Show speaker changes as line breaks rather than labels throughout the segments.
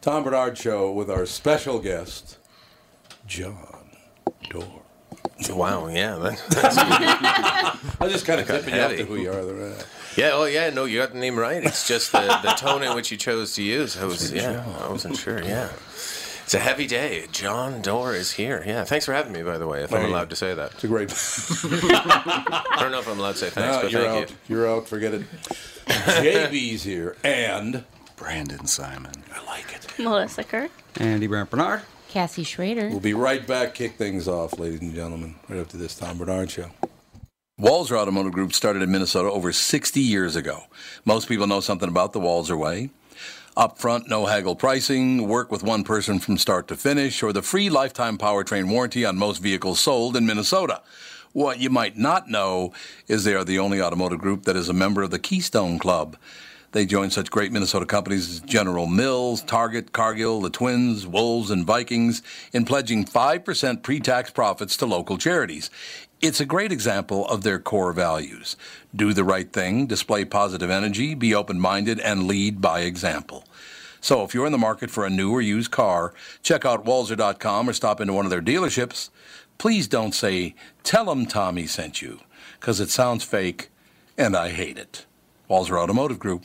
Tom Bernard Show with our special guest, John Doerr.
Wow, yeah. That,
I was just kind of
Got
tipping you off
heavy.
to who you are. There. uh,
yeah, oh, yeah, no, you got the name right. It's just the, the tone in which you chose to use. I was, yeah, I wasn't sure, yeah. It's a heavy day. John Doerr is here. Yeah, thanks for having me, by the way, if I'm
Hey.
allowed to say that.
It's a great.
I don't know if I'm allowed to say thanks,
Uh,
but
you're
thank
out. You. are out. Forget it. JB's here, and
Brandon Simon.
I like it.
Melissa Kirk.
Andy Brant Bernard.
Cassie Schrader.
We'll be right back. Kick things off, ladies and gentlemen, right after this Tom Bernard Show.
Walzer Automotive Group started in Minnesota over 60 years ago. Most people know something about the Walzer way. Upfront, no haggle pricing, work with one person from start to finish, or the free lifetime powertrain warranty on most vehicles sold in Minnesota. What you might not know is they are the only automotive group that is a member of the Keystone Club. They join such great Minnesota companies as General Mills, Target, Cargill, the Twins, Wolves, and Vikings in pledging 5% pre tax profits to local charities. It's a great example of their core values do the right thing, display positive energy, be open minded, and lead by example. So if you're in the market for a new or used car, check out Walzer.com or stop into one of their dealerships. Please don't say, Tell them Tommy sent you, because it sounds fake and I hate it. Walzer Automotive Group,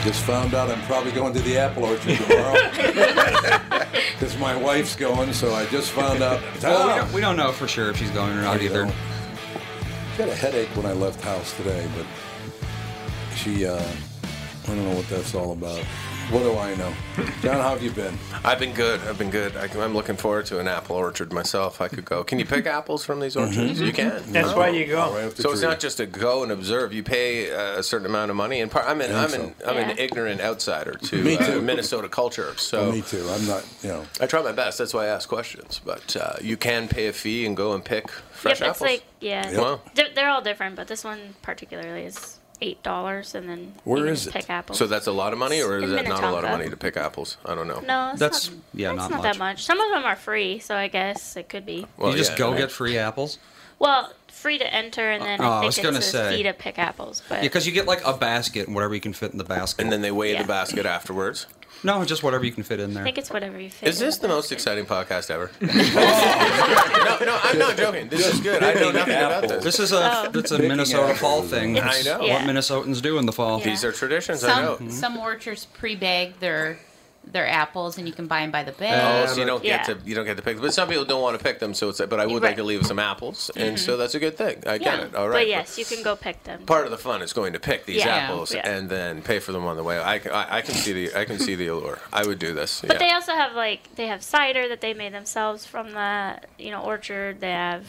just found out I'm probably going to the apple orchard tomorrow because my wife's going. So I just found out.
Well, we
Tom!
don't, we don't know for sure if she's going or not either.
She had a headache when I left house today, but she, uh, I don't know what that's all about. Uh, What do I know? John, how have you been?
you. I've been good. I've been good. I, am looking forward to an apple orchard myself. I could go. Can you pick apples from these orchards?
Mm-hmm.
You can.
That's
Oh.
why you go.
Right after
So it's
three.
not just to go and observe. You pay uh, a certain amount of money, and par- I'm an
I
I'm
think
an I'm an
Yeah.
ignorant outsider to
Me
uh,
too.
Minnesota culture. So
Me too. I'm not, you know.
I try my best. That's why I ask questions. But uh, you can pay a fee and go and pick fresh
Yep, it's
apples.
like yeah.
Yep. Wow.
They're, they're all different, but this one particularly is eight dollars, and then
Where
you can
is it?
Pick apples.
so that's a lot of money, or is
In
that not a lot of
Minnetonka.
money to pick apples? I don't know.
no, it's
That's-
not,
yeah,
it's
not
that much. Some of them are free, so I guess it could be.
Well,
you just
yeah,
go
I mean,
get free apples.
Well, free to enter, and then
Oh, I
I
was
think
gonna
it's a
say.
fee to pick apples. But
Yeah, because you get like a basket and whatever you can fit in the basket.
And then they weigh
Yeah.
the basket afterwards.
no, just whatever you can fit in
I
there.
think it's whatever you fit.
Is
in
this the most
basket.
exciting podcast ever? no, no, I'm not joking. This is good. I know nothing about this.
This is a
Oh.
it's a Minnesota fall thing.
I
It's
know.
what
Yeah.
Minnesotans do in the fall.
Yeah.
These are traditions. I know. Mm-hmm.
Some some orchards pre-bag their their apples, and you can buy them by the
Oh,
bag.
so you don't get
Yeah.
to you don't get to pick. But some people don't want to pick them. So it's but I would like
Right. Mm-hmm.
to leave some apples, and so that's a good thing. I get
Yeah.
it. All right.
But yes, you can go pick them.
part of the fun is going to pick these
Yeah.
apples
Yeah.
and then pay for them on the way. I, can- I, I can see the I can see the allure. I would do this.
But they also have like they have cider that they made themselves from the you know orchard. They have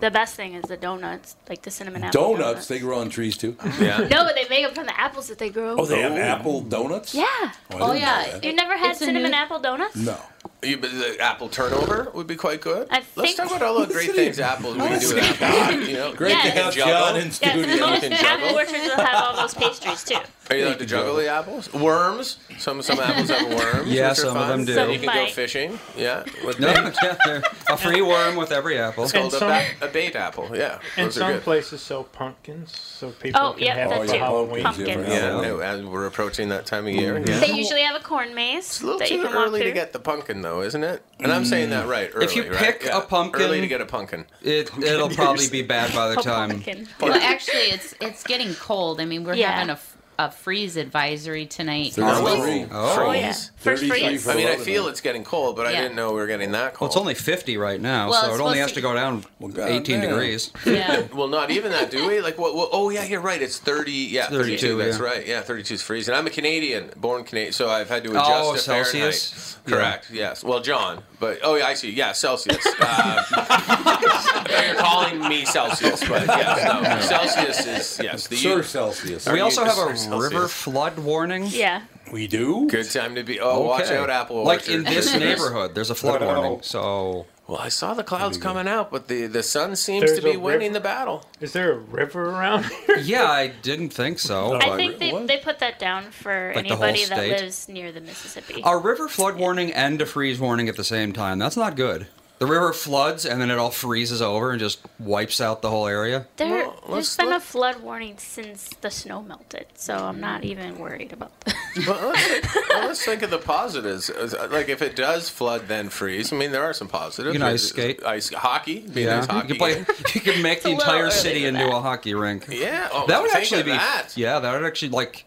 the best thing is the donuts, like the cinnamon apple
Donuts, they grow on trees too.
yeah.
No, but they make them from the apples that they grow.
Oh, they have apple donuts?
yeah.
I
Oh,
didn't know
yeah.
that.
You never had
It's a
cinnamon
new-
apple donuts?
No.
You, but the apple turnover would be quite good.
I
Let's
think-
talk about all the great things apples we can do with apples. You know,
Great
Yeah.
to
you can
have
juggle.
John in
Yeah,
studio.
so most apple orchards will have all those pastries too.
Are you allowed to juggle the apples? Worms. Some some apples have worms.
Yeah,
which are
some of
fun.
them do.
Some
You can go
bite.
fishing. Yeah. With
No,
bait.
yeah, they're- a free worm with every apple.
Called a,
some-
ba- a bait apple. Yeah.
And
those
some
are good.
places sell pumpkins, so people
Oh,
can
yeah,
have
that
it
too.
for Halloween.
Pumpkins,
Pumpkins.
Yeah, no, as we're approaching that time of year.
Mm-hmm.
Yeah.
They usually have a corn maze
It's a little
that you
too
can walk
early to
through.
get the pumpkin, though, isn't it? And I'm saying that right. Early,
Mm. If you
right?
pick a
Yeah,
pumpkin-
early to get a pumpkin.
It it'll probably be bad by the
A
time.
pumpkin.
Well, actually, it's it's getting cold. I mean, we're
Yeah.
having a, f- a freeze advisory tonight.
Are we?
Oh,
Oh,
yeah. First
33
freeze.
for-
I mean, I feel it's getting cold, but I
Yeah.
didn't know we were getting that
well,
cold.
it's only 50 right now,
Well,
so
it's
it only
supposed
has
to-
to go down
Well, God
18
damn.
degrees.
Yeah.
Well, not even that, do we? Like, what? what oh, yeah, you're right. It's 30. Yeah, 32.
32,
that's
yeah.
right. Yeah, 32 is freezing. I'm a Canadian, born Canadian, so I've had to adjust
Oh,
to
Celsius?
Fahrenheit. Correct. Yes. Well, John, but oh, yeah, I see. Yeah, Celsius. Uh, I thought you were calling me Celsius, but yes, no. Celsius is yes. The
Sir
U-
Celsius.
We also have a
Celsius.
river flood warning.
Yeah.
We do?
Good time to be. Oh, watch
Okay.
out, Apple.
Like
Orchard
in this
listeners.
neighborhood, there's a flood
No.
warning. So
Well, I saw the clouds coming out, but the, the sun seems
There's
to be
a
winning
river-
the battle.
Is there a river around here?
yeah, I didn't think so.
Oh,
I
but-
think they,
what?
they put that down for
Like the whole
anybody that
state?
lives near the Mississippi.
a river flood warning and a freeze warning at the same time. That's not good. The river floods and then it all freezes over and just wipes out the whole area.
There,
Well,
there's
let's
been a
look-
flood warning since the snow melted, so I'm not even worried about that.
Well, let's, well, let's think of the positives. uh, Like if it does flood, then freeze. I mean, there are some positives.
You can ice skate.
ice hockey. Be a
Yeah,
nice hockey
you could play.
game.
You could make the
a little
entire
early
city
for
into
that.
a hockey rink.
Yeah, oh,
that would
think
actually
of
be.
that.
Yeah, that would actually like.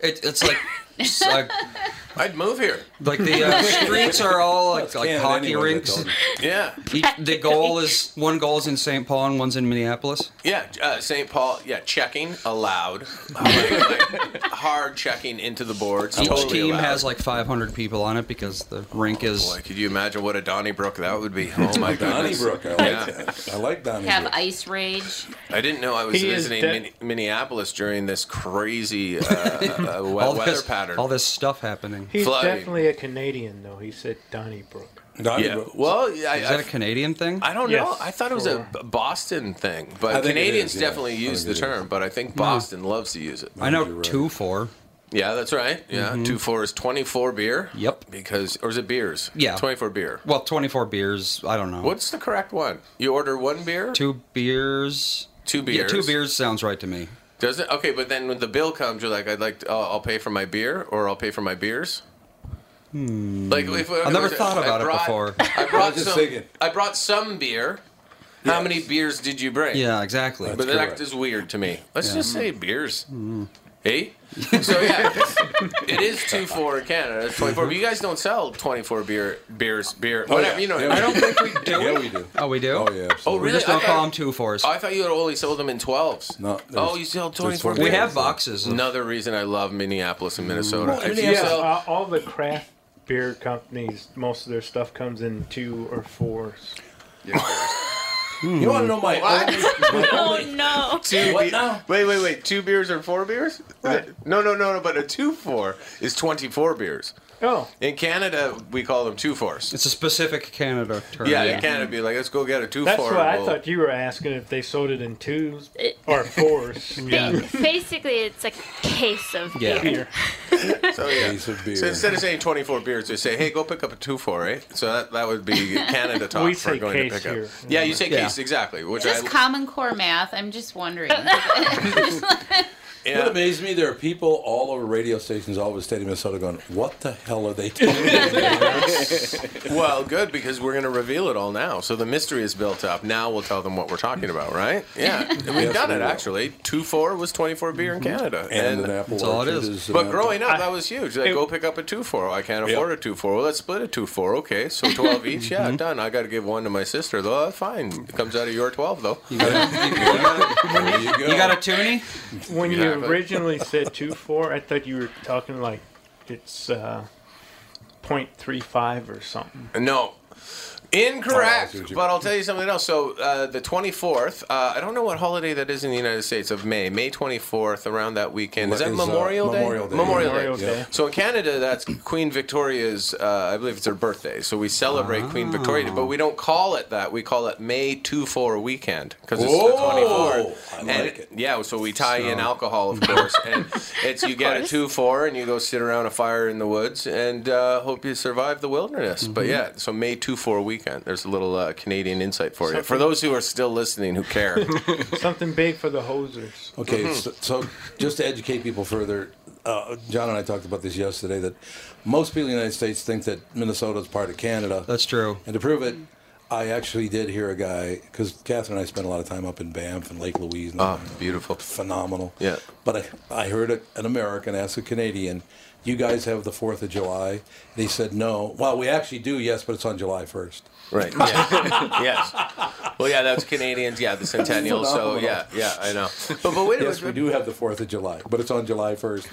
It, it's like. it's like
I'd move here.
like the uh, streets are all like, like
Canada
hockey
anyway,
rinks.
that don't-
Yeah,
Each, the goal is one goal is in St. Paul and one's in Minneapolis.
yeah. Uh, St. Paul. Yeah, checking allowed. Like, like, hard checking into the boards.
Each
totally
team
allowed.
has like 500 people on it because the rink is.
Boy, could you imagine what a Donnybrook that would be? Oh my goodness.
Donnybrook. I like that. I like
Have
Donnybrook.
ice rage.
I didn't know I was
He is
visiting
dead.
Min- Minneapolis during this crazy uh, uh, we-
all
weather
this,
pattern.
all this stuff happening.
He's
Flooding.
definitely a Canadian, though. He said Donnybrook.
yeah.
Donnybrook.
Well, yeah, I,
Is that a
I-
Canadian thing?
I don't
Yes,
know. I thought it was a B- Boston thing,
I
but
think it
Canadians
is, yeah.
definitely
I
use the
think it
term. But I think Boston loves to use it.
I know
You're right.
two four.
Yeah, that's right. Yeah,
Mm-hmm.
two four is twenty four beer.
Yep.
Because or is it beers?
Yeah.
twenty four beer.
Well, twenty four beers. I don't know.
What's the correct one? You order one beer.
two beers?
Two
Yeah, two
beers.
beers sounds right to me.
Does it? Okay, but then when the bill comes, you're like, I'd like, to, I'll I'll pay for my beer, or I'll pay for my beers. Hmm. Like, if,
I've never thought about it before.
I brought
Mm-hmm. just
some.
thinking.
I brought some beer. How many beers did you bring?
Yeah, exactly. Mm-hmm.
But
That's
that
correct.
is weird to me. Let's just say beers. Hey, so yeah, it is two four in Canada. It's twenty four.
Mm-hmm.
But you guys don't sell twenty four beer beers beer
Oh,
whatever.
yeah.
You know.
Yeah,
I don't.
we
Think,
do. Yeah, we do.
Oh, we do.
Oh, yeah. absolutely.
We
really?
just don't
I
call
thought-
them two fours.
I thought you had only sold them in twelves.
No, there's-
Oh, you sell
there's
twenty four.
24
We have boxes. Of,
Another reason I love Minneapolis and Minnesota. If you
Yeah,
sell-
uh, all the craft beer companies, most of their stuff comes in two or fours.
You want to know my only- my
oh no!
two
What
be-
now?
Wait, wait, wait. Two beers or four beers? No, no, no, no. But a two four is twenty four beers.
Oh.
In Canada, we call them two fours.
It's a specific Canada term.
Yeah, in Canada, it'd be like, let's go get a two
That's
four.
what I thought you were asking if they sold it in twos or fours.
Basically, it's a case of
Yeah.
beer.
So, Oh, yeah. so instead of saying 24 beers, they say, hey, go pick up a 2 4, eh? So that, that would be Canada talk
We
for
say
going
case
to pick up.
here.
Yeah, you say
Yeah.
case, exactly. Which
Just
I,
common core math. I'm just wondering.
It amazed me. There are people all over radio stations, all over the state of Minnesota, going, "What the hell are they doing?"
well, good, because we're going to reveal it all now. So the mystery is built up. Now we'll tell them what we're talking about, right? Yeah. And we've
Yes,
done
we
it,
will. Mm-hmm.
actually. 2 4 was 24 beer in Canada.
And an apple That's all it orchard is. is an
But
apple.
growing up, that was huge. Like, go pick up a 2 4. I can't afford a 2 4. Well, let's split a 2 4. Okay, so 12 each.
Mm-hmm.
Yeah, done. I got to give one to my sister, though. Oh, fine. It comes out of your 12, though.
You got a toonie?
When you
Exactly.
originally said two four, I thought you were talking like it's uh, 0.35 or something.
No.
Oh,
Incorrect. but I'll tell you something else. So uh, the 24th, uh, I don't know what holiday that is in the United States of May. May 24th, around that weekend. Is
That
that
is, uh,
Memorial, Day?
Memorial Day.
Memorial,
Memorial
Day.
Day.
So in Canada, that's Queen Victoria's, uh, I believe it's her birthday. So we celebrate Queen
Ah.
Victoria Day, but we don't call it that. We call it May 24 weekend because it's
Whoa!
the 24th.
I
And
like it.
Yeah, so we tie in
So-
alcohol, of course. and it's you get a 2 4 and you go sit around a fire in the woods and uh, hope you survive the wilderness. But
Mhm.
yeah, so May 2 4 weekend. There's a little uh, Canadian insight for you. For
Something-
those who are still listening who care.
Something big for the hosers.
Okay,
Mm-hmm.
so, so just to educate people further, uh, John and I talked about this yesterday that most people in the United States think that Minnesota is part of Canada. That's
true.
And to prove it, I actually did hear a guy, because Catherine and I spent a lot of time up in Banff and Lake Louise. And
Ah, beautiful.
Phenomenal.
Yeah.
But I, I heard a, an American ask a Canadian, you guys have the 4th of July? And he said, no. Well, we actually do, yes, but it's on July 1st.
Right. Yeah. yes. Well, yeah, that's Canadians. Yeah, the centennial. So yeah, yeah, I know. But, but wait a
yes, we
minute.
do have the 4th of July, but it's on July 1st.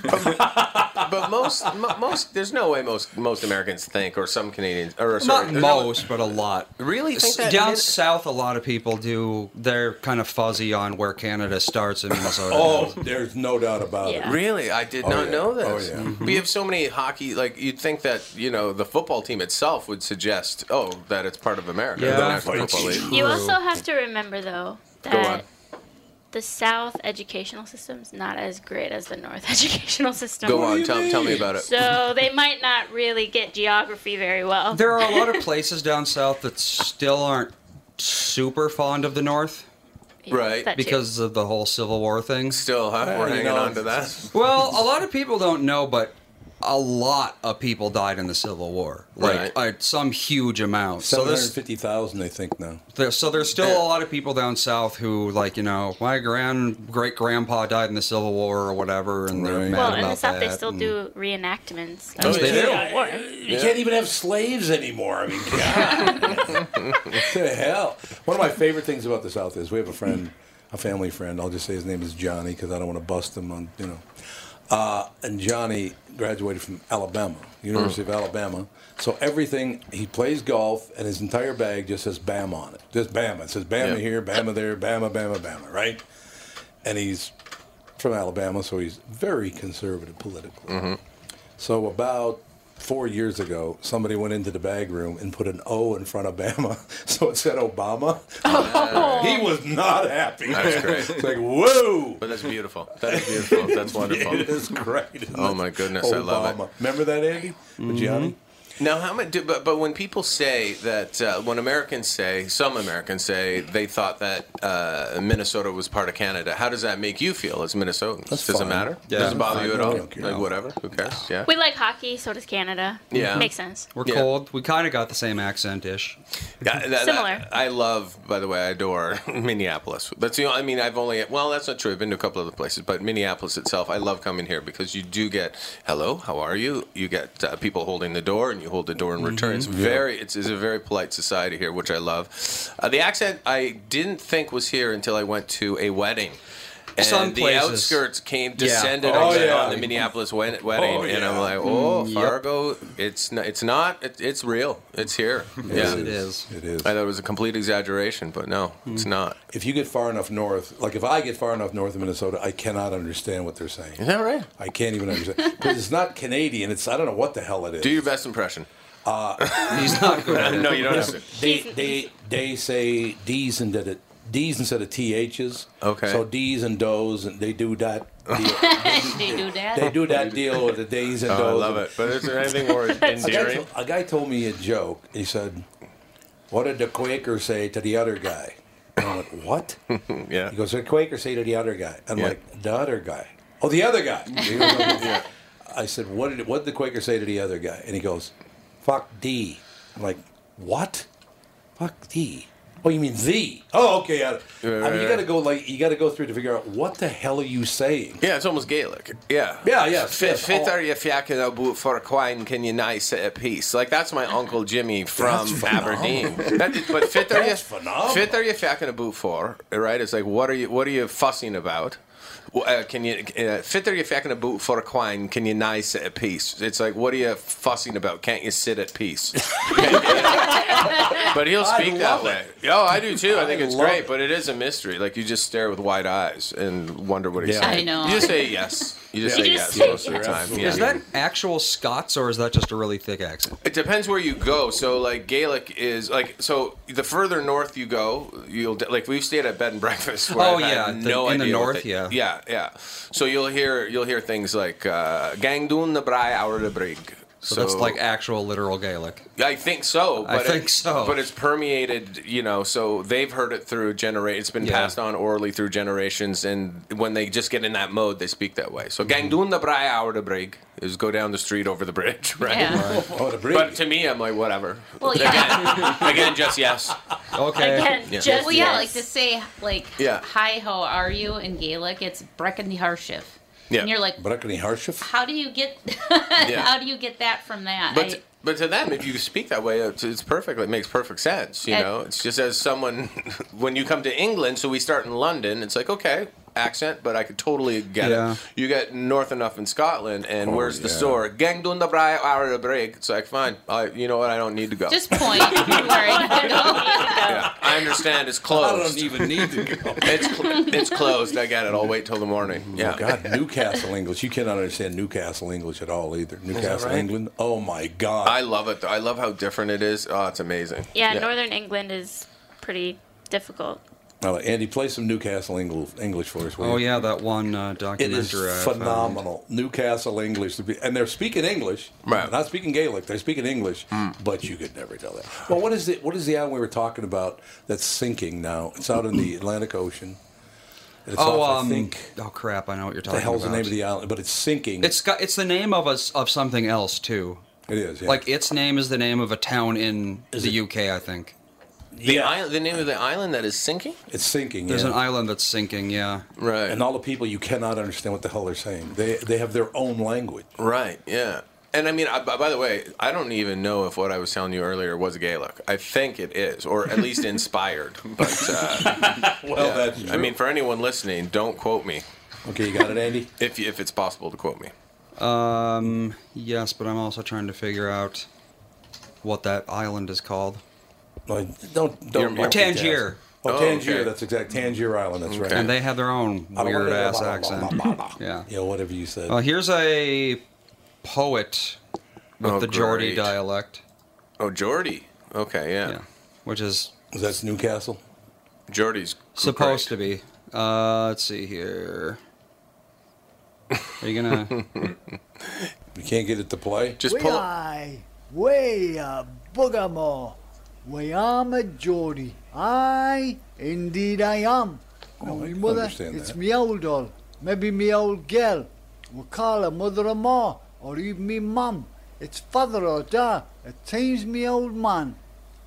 But most, mo- most, there's no way most most Americans think, or some Canadians, or sorry,
Not
there's no-
most, but a lot.
Really? Think
S-
that-
Down
and it-
south, a lot of people do. They're kind of fuzzy on where Canada starts in Minnesota.
Oh, there's no doubt about
it.
Really, I did
Oh,
not
yeah.
know Mm-hmm.
Oh,
this.
yeah.
We have so many hockey. Like you'd think that you know the football team itself would suggest, oh, that it's part of America. the
Yeah.
National
It's
Football League.
You also have to remember, though,
Go on.
that the South educational system is not as great as the North educational system.
Go What on, do you tell- tell me mean? about it.
So they might not really get geography very well.
There are a lot of places down south that still aren't super fond of the North.
Right. that too.
Because of the whole Civil War thing.
Still, huh? We're hanging on to that.
Well, a lot of people don't know, but a lot of people died in the Civil War. Like, uh, some huge amount. So there's
750,000, I think, now.
There, so there's still a lot of people down south who, like, you know, my grand great grandpa died in the Civil War or whatever, and they're mad
well,
about
in the
that.
South, they still
and-
do reenactments.
Oh,
of
they do.
the Civil War.
You can't even have slaves anymore. I mean, God. to hell. One of my favorite things about the South is we have a friend, a family friend. I'll just say his name is Johnny because I don't want to bust him on, you know. Uh, and Johnny graduated from Alabama, University of Alabama. So everything, he plays golf, and his entire bag just says Bama on it. Just Bama. It says Bama
Yeah.
here, Bama there, Bama, Bama, Bama, right? And he's from Alabama, so he's very conservative politically.
Mm-hmm.
So about four years ago, somebody went into the bag room and put an O in front of Bama, so it said Obama.
Oh.
He was not happy.
That's great.
It's like whoa.
But that's beautiful. That is beautiful. That's wonderful.
It is great. isn't
Oh
it?
my goodness, I love it.
Obama. Remember that, Andy? With Gianni?
Now, how much? do- But, but when people say that, uh, when Americans say, some Americans say they thought that uh, Minnesota was part of Canada. How does that make you feel as Minnesotans?
That's
does
fine.
it matter?
Yeah.
Does it bother you at
I
all?
don't care.
Like whatever. Who cares? Yeah.
We like hockey, so does Canada.
Yeah.
Makes sense.
We're
Yeah.
cold. We kind of got the same accent ish.
Yeah, that- that-
Similar.
I love, by the way, I adore Minneapolis. That's the. only- I mean, I've only. Well, that's not true. I've been to a couple other places, but Minneapolis itself, I love coming here because you do get hello, how are you? You get uh, people holding the door, and you hold the door in return. It's
Mhm.
Mm-hmm.
very. It's, it's a very polite society here, which I love. Uh, the accent I didn't think was here until I went to a wedding. And
Some
the
places.
outskirts came
Yeah.
descended
Oh,
on, the-
yeah.
on the Minneapolis wed- wedding,
Oh,
and I'm
yeah.
like,
Mm,
oh,
yep.
Fargo, it's not, it's not, it, it's real, it's here.
Yes,
yeah.
it is. It is.
I thought it was a complete exaggeration, but no, it's not.
If you get far enough north, like if I get far enough north of Minnesota, I cannot understand what they're saying. Is
that right?
I can't even understand because it's not Canadian. It's I don't know what the hell it is.
Do your best impression.
Uh,
He's not good at it. No, you don't have to.
They, they, they say D's and did it. D's instead of TH's.
Okay.
So D's and does, and they do that. Deal.
they do that.
they do that deal with the D's and
Oh, I
does.
love it. But is there anything more
A guy
endearing?
to- A guy, told me a joke. He said, "What did the Quaker say to the other guy?" And I went, "What?"
yeah.
He goes, "The Quaker say to the other guy." I'm
Yeah.
like, "The other guy." Oh, the other guy. He goes, "Yeah." I said, "What did what did the Quaker say to the other guy?" And he goes, "Fuck D." I'm like, "What? Fuck D." Oh, you mean the? Oh, okay. I, I mean, you got to go like you got to go through to figure out what the hell are you saying.
Yeah, it's almost Gaelic. Yeah.
Yeah, yeah,
F-
yes,
Fit
all-
are you fiacking about for a quine? Can you nice it a piece? Like that's my uncle Jimmy from
That's phenomenal.
Aberdeen. That- but fit are you
That's phenomenal.
fit are you fiacking about for? Right? It's like what are you what are you fussing about? Wh- Uh, can you uh, fit are you fiacking about for a quine? Can you nice it a piece? It's like what are you fussing about? Can't you sit at peace? but he'll
I
speak that
love it.
way. Yeah, I do too. I think
I
it's
love
great,
it.
but it is a mystery. Like you just stare with wide eyes and wonder what he's
Yeah.
saying.
I know.
You just say yes. You just
Yeah.
say
You
yes
just
most
say
of the
yes.
time. Yeah.
Is that actual Scots or is that just a really thick accent?
It depends where you go. So like Gaelic is like so the further north you go, you'll like we've stayed at bed and breakfast. Where
Oh,
I've had
yeah, the-
no
in the
idea what
north,
they-
yeah.
yeah, yeah. So you'll hear you'll hear things like uh, "gangdoon the brai our the brig."
So, that's like actual literal Gaelic.
I think so.
I
But it-
think so.
But it's permeated, you know. So they've heard it through generation. It's been
Yeah.
passed on orally through generations, and when they just get in that mode, they speak that way. So gangdoon the brai our the brig is go down the street over the bridge, right?
Yeah.
Oh, the bridge.
But to me, I'm like whatever.
Well, yeah.
Again, just yes.
Okay.
Again,
Yeah.
just
well, yeah,
yes.
like to say, like,
Yeah.
hi, how are you in Gaelic? It's Brecken Harshif.
Yeah.
And you're like,
Breckney Harshif.
how do you get, how do you get that from that?
But
I-
but to them, if you speak that way, it's, it's perfect. It makes perfect sense. You
And-
know, it's just as someone when you come to England. So we start in London. It's like okay, accent, but I could totally get
Yeah.
it. You get north enough in Scotland, and
Oh,
where's the
yeah.
store? Gang dun ah, the brai hour the break. It's like fine. I, you know what? I don't need to go.
just point where you go.
yeah, I understand. It's
I don't
closed.
even need to go.
it's cl- it's closed. I get it. I'll wait till the morning. Yeah.
Oh God, Newcastle English. You cannot understand Newcastle English at all either. Newcastle,
right?
England. Oh my God.
I love it. though. I love how different it is. Oh, it's amazing.
yeah, Northern England is pretty difficult.
Now, Andy, play some Newcastle Engl- English for us. will
Oh
you?
yeah, that one uh,
It
documentary.
is
I found.
phenomenal. Newcastle English. to be- And they're speaking English.
Right. Hmm.
They're Not speaking Gaelic. They're speaking English, but you could never tell that. Well, what is the, what is the island we were talking about that's sinking now? It's out in the Atlantic Ocean. It's
Oh,
off,
um,
I think.
oh crap! I know what you're talking
The hell's
about.
the name of the island? But it's sinking.
It's got. It's the name of us of something else too.
It is, yeah.
Like its name is the name of a town in the UK, I think.
The island, the name of the island that is sinking.
it's sinking.
There's
yeah.
an island that's sinking. Yeah.
Right.
and all the people you cannot understand what the hell they're saying. They they have their own language.
Right. Yeah. And I mean, I, by the way, I don't even know if what I was telling you earlier was Gaelic. I think it is, or at least inspired. But uh,
Well, that's
I mean, for anyone listening, don't quote me
okay, you got it, Andy.
if you- if it's possible to quote me.
Um. Yes, but I'm also trying to figure out what that island is called.
No, don't don't.
You're-
multitask.
Tangier.
Oh,
Oh,
Tangier.
okay.
That's exact. Tangier Island. That's right.
And they have their own
I don't wanna-
weird ass accent. Yeah.
Yeah. Whatever you said.
Uh, here's a poet with
Oh,
the Geordie
great.
dialect.
Oh, Geordie. Okay. Yeah.
Yeah. Which is
that's Newcastle.
Geordie's g-
supposed
great.
to be. Uh, let's see here. Are you gonna?
You can't get it to play.
Just pull. up
Aye, way a boogamore. Way I'm a Geordie. Aye, indeed I am.
Oh, I
me
can
mother,
understand
it's
that.
me old doll, maybe me old girl. We call her mother or ma, or even me mum. It's father or da, it seems me old man.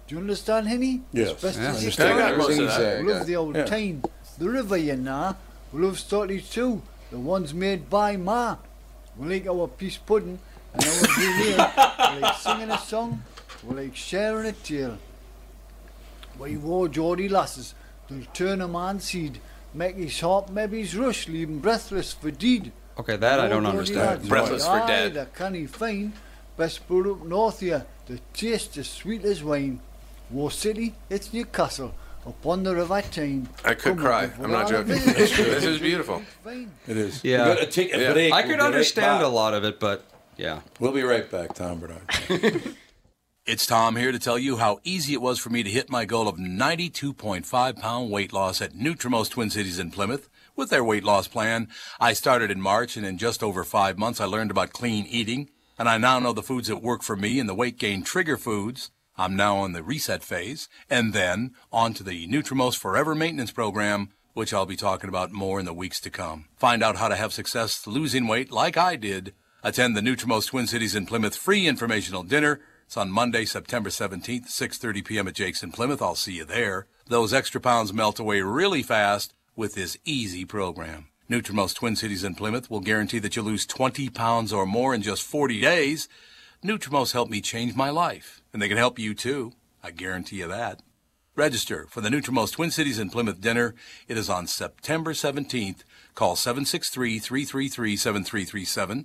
Do you understand, Henny?
Yes.
As best
Yeah, I
as you
understand.
can.
I got most of
Everything
that.
you
We
said.
love the old
Yeah.
town, the river, you know. We love Stottley too, the ones made by Ma. We like our peace pudding and our blue ale. We like singing a song, we like sharing a tale. We war Geordie lasses, they'll turn a man's head. Mackie's hop, maybe's rush, leaving breathless for deed.
Okay, that I don't
Nobody
understand.
lads, aye, that can he find. Best brewed up north here, the taste as sweet as wine. War city, it's Newcastle, upon the River Tyne.
I could
Come on,
cry.
before
I'm not
all
joking.
of
It's true. this is beautiful.
It is.
Yeah.
We gotta take a
Yeah.
break.
I could
We'll be right
understand
back.
a lot of it, but yeah.
We'll be right back, Tom Bernard.
It's Tom here to tell you how easy it was for me to hit my goal of 92.5 pound weight loss at Nutrimos Twin Cities in Plymouth with their weight loss plan. I started in March and in just over five months I learned about clean eating and I now know the foods that work for me and the weight gain trigger foods. I'm now on the reset phase and then on to the Nutrimos Forever Maintenance Program, which I'll be talking about more in the weeks to come. Find out how to have success losing weight like I did. Attend the Nutrimos Twin Cities in Plymouth free informational dinner. It's on Monday, September 17th, 6:30 p.m. at Jake's in Plymouth. I'll see you there. Those extra pounds melt away really fast with this easy program. Nutrimost Twin Cities in Plymouth will guarantee that you lose 20 pounds or more in just 40 days. Nutrimos helped me change my life, and they can help you too. I guarantee you that. Register for the Nutrimos Twin Cities in Plymouth dinner. It is on September 17th. Call 763-333-7337.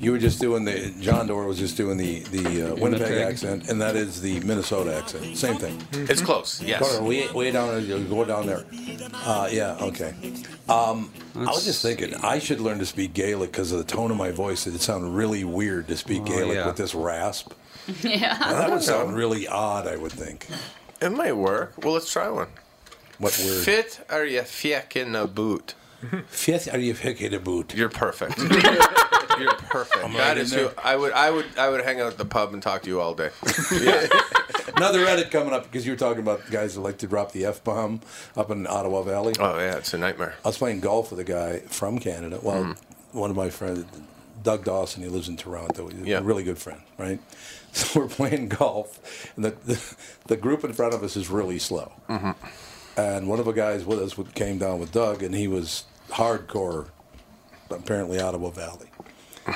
You were just doing the John Doerr was just doing the the uh, Winnipeg
Winnipeg.
accent, and that is the Minnesota accent. Same thing.
It's close. Yes.
Go way, way down. there, You go down there. Uh, yeah. Okay. Um, I was just thinking I should learn to speak Gaelic because of the tone of my voice. It sounded really weird to speak Gaelic
yeah.
with this rasp.
yeah.
that would sound really odd. I would think.
It might work. Well, let's try one.
What word? Mm-hmm.
Fit are you feckin' a boot?
Fifth, are you picking a boot?
You're perfect. You're perfect.
I'm right
That
in
is
there.
who I would. I would. I would hang out at the pub and talk to you all day.
Another edit coming up because you were talking about guys that like to drop the f bomb up in Ottawa Valley.
Oh yeah, it's a nightmare. Mm-hmm.
I was playing golf with a guy from Canada. Well, one of my friends, Doug Dawson, he lives in Toronto. He's
Yeah.
a really good friend, right? So we're playing golf, and the, the, the group in front of us is really slow.
Mm-hmm.
And one of the guys with us would- came down with Doug, and he was hardcore, apparently Ottawa Valley.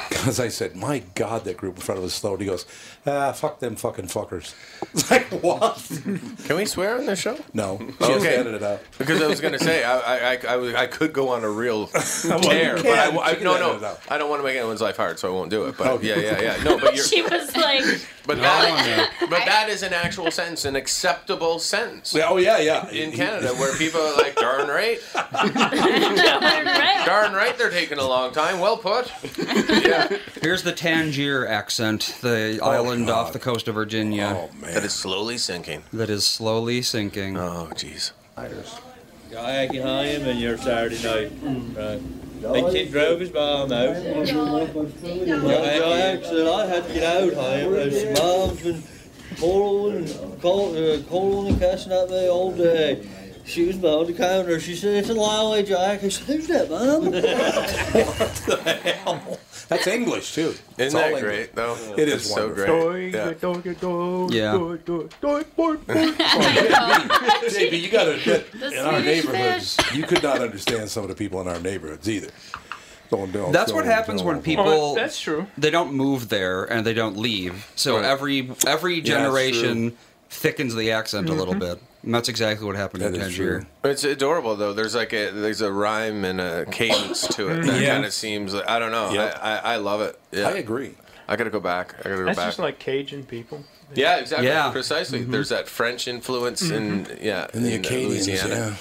Because I said, my God, that group in front of us is slow. And he goes, ah, fuck them fucking fuckers. It's like, what?
Can we swear on this show?
No.
Okay.
Just edit it out.
Because I was going to say I, I, I, I, was- I could go on a real
Well, you
tear, but I,
can.
I-
You can
no
edit it
no
out.
I don't want to make anyone's life hard, so I won't do it. But yeah yeah yeah no, but you're
she was like,
but that, but that is an actual sentence, an acceptable sentence.
Oh yeah yeah
in Canada where people are like darn right,
darn right.
darn right, they're taking a long time. Well put.
Here's the Tangier accent, the island off the coast of Virginia.
Oh man,
that is slowly sinking.
That is slowly sinking.
Oh jeez.
I can hire him and you're Saturday night. Right. They kicked Rover's barn out. Yeah, I actually I had to get out higher. There's smiles and calling and call, uh, calling and cussing at me all day. She was behind the counter. She said, it's a lie, Jack. I said, who's that, man?
That's English too. Isn't
Isn't that great though?
It is
It's so
wonderful.
great. Yeah.
Yeah.
JB, you got to admit,
The
in our
Swedish
neighborhoods, you could not understand some of the people in our neighborhoods either. Don't, don't,
That's what
don't-
happens when
don't.
people.
Oh, that's true.
They don't move there and they don't leave. So every every
Yeah, that's true.
generation thickens the accent a little bit. And that's exactly what happened in Tangier.
It's adorable though. There's like a there's a rhyme and a cadence to it that
Yeah.
kind of seems. I don't know.
Yep.
I, I I love it. Yeah.
I agree.
I gotta go back. I gotta go
That's
back.
just like Cajun people.
yeah, exactly.
Yeah.
Precisely.
Mhm.
There's that French influence and yeah,
And Mm-hmm. the
in, uh,
Acadians,
Louisiana.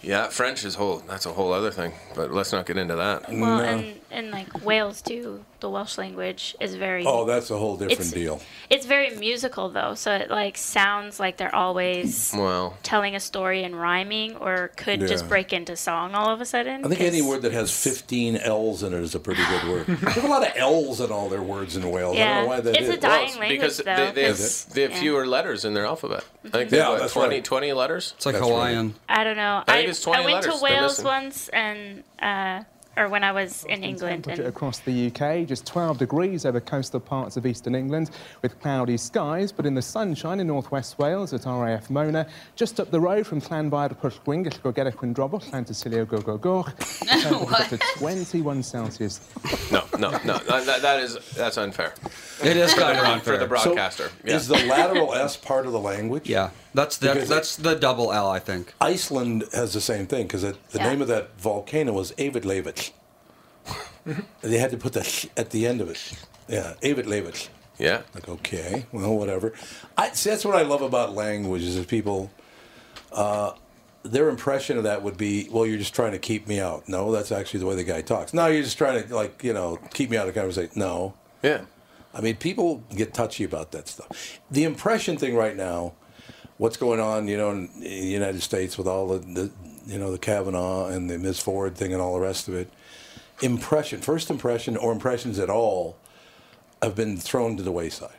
Yeah, French is whole. That's a whole other thing. But let's not get into that.
Well, and, and like Wales too, the Welsh language is very.
Oh, that's a whole different
it's-
deal.
It's very musical though, so it like sounds like they're always
Wow.
telling a story and rhyming, or could
Yeah.
just break into song all of a sudden.
I think any
'cause-
word that has 15 L's in it is a pretty good word. There's a lot of L's in all their words in Wales. I don't
Yeah.
know why that
It's
is.
a dying Well, it's language,
Because they, they have,
Is it?
they have
yeah.
fewer letters in their alphabet. I think they
Mm-hmm. Yeah,
have what,
that's
20,
right.
20 letters. It's
like That's right. Hawaiian.
I don't know.
I
I,
think it's 20
I went
letters
to
they're
Wales
missing.
once, and uh, or when I was in England,
Temperature
and
across the UK, just 12 degrees over coastal parts of eastern England with cloudy skies, but in the sunshine in northwest Wales at RAF Mona, just up the road from Llanbair Pwllgwyn, Gellgogera Quindrobol, Llantysilio Gogogoch, temperature to 21 Celsius.
No, no, no. That, that- that is that's unfair.
It is
For the
kind of
broad-
unfair.
for the broadcaster. yeah.
Is the lateral S part of the language?
Yeah, that's that,
Because it-
that's the double L, I think.
Iceland has the same thing because the
Yeah.
name of that volcano was Avidlevit. they had to put the at the end of it. Yeah, Avidlevit.
Yeah.
Like okay, well, whatever. I see. That's what I love about language is if people, uh, their impression of that would be, well, you're just trying to keep me out. No, that's actually the way the guy talks. No, you're just trying to like you know keep me out of conversation. No.
Yeah.
I mean, people get touchy about that stuff. The impression thing right now, what's going on, you know, in the United States with all the, the you know, the Kavanaugh and the Ms. Ford thing and all the rest of it. Impression, first impression or impressions at all have been thrown to the wayside.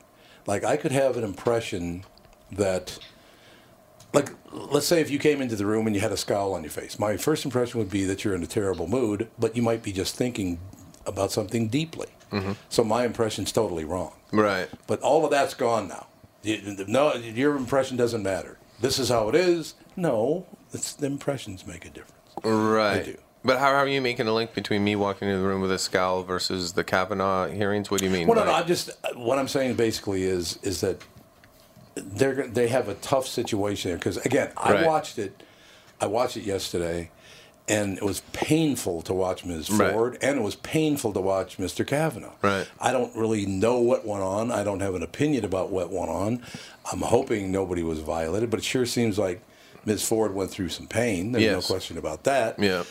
Like I could have an impression that like let's say if you came into the room and you had a scowl on your face. My first impression would be that you're in a terrible mood, but you might be just thinking about something deeply. So my impression's totally wrong.
Right.
But all of that's gone now. You- No, your impression doesn't matter. This is how it is. No, it's the impressions make a difference.
Right. But how, how are you making a link between me walking into the room with a scowl versus the Kavanaugh hearings? What do you mean?
Well, no,
by-
no. I'm just uh, what I'm saying basically is is that they're go- they have a tough situation there because again, I
Right.
watched it. I watched it yesterday, and it was painful to watch Ms.
Right.
Ford, and it was painful to watch Mr. Kavanaugh.
Right.
I don't really know what went on. I don't have an opinion about what went on. I'm hoping nobody was violated, but it sure seems like Ms. Ford went through some pain. There's
Yes.
no question about that.
Yeah.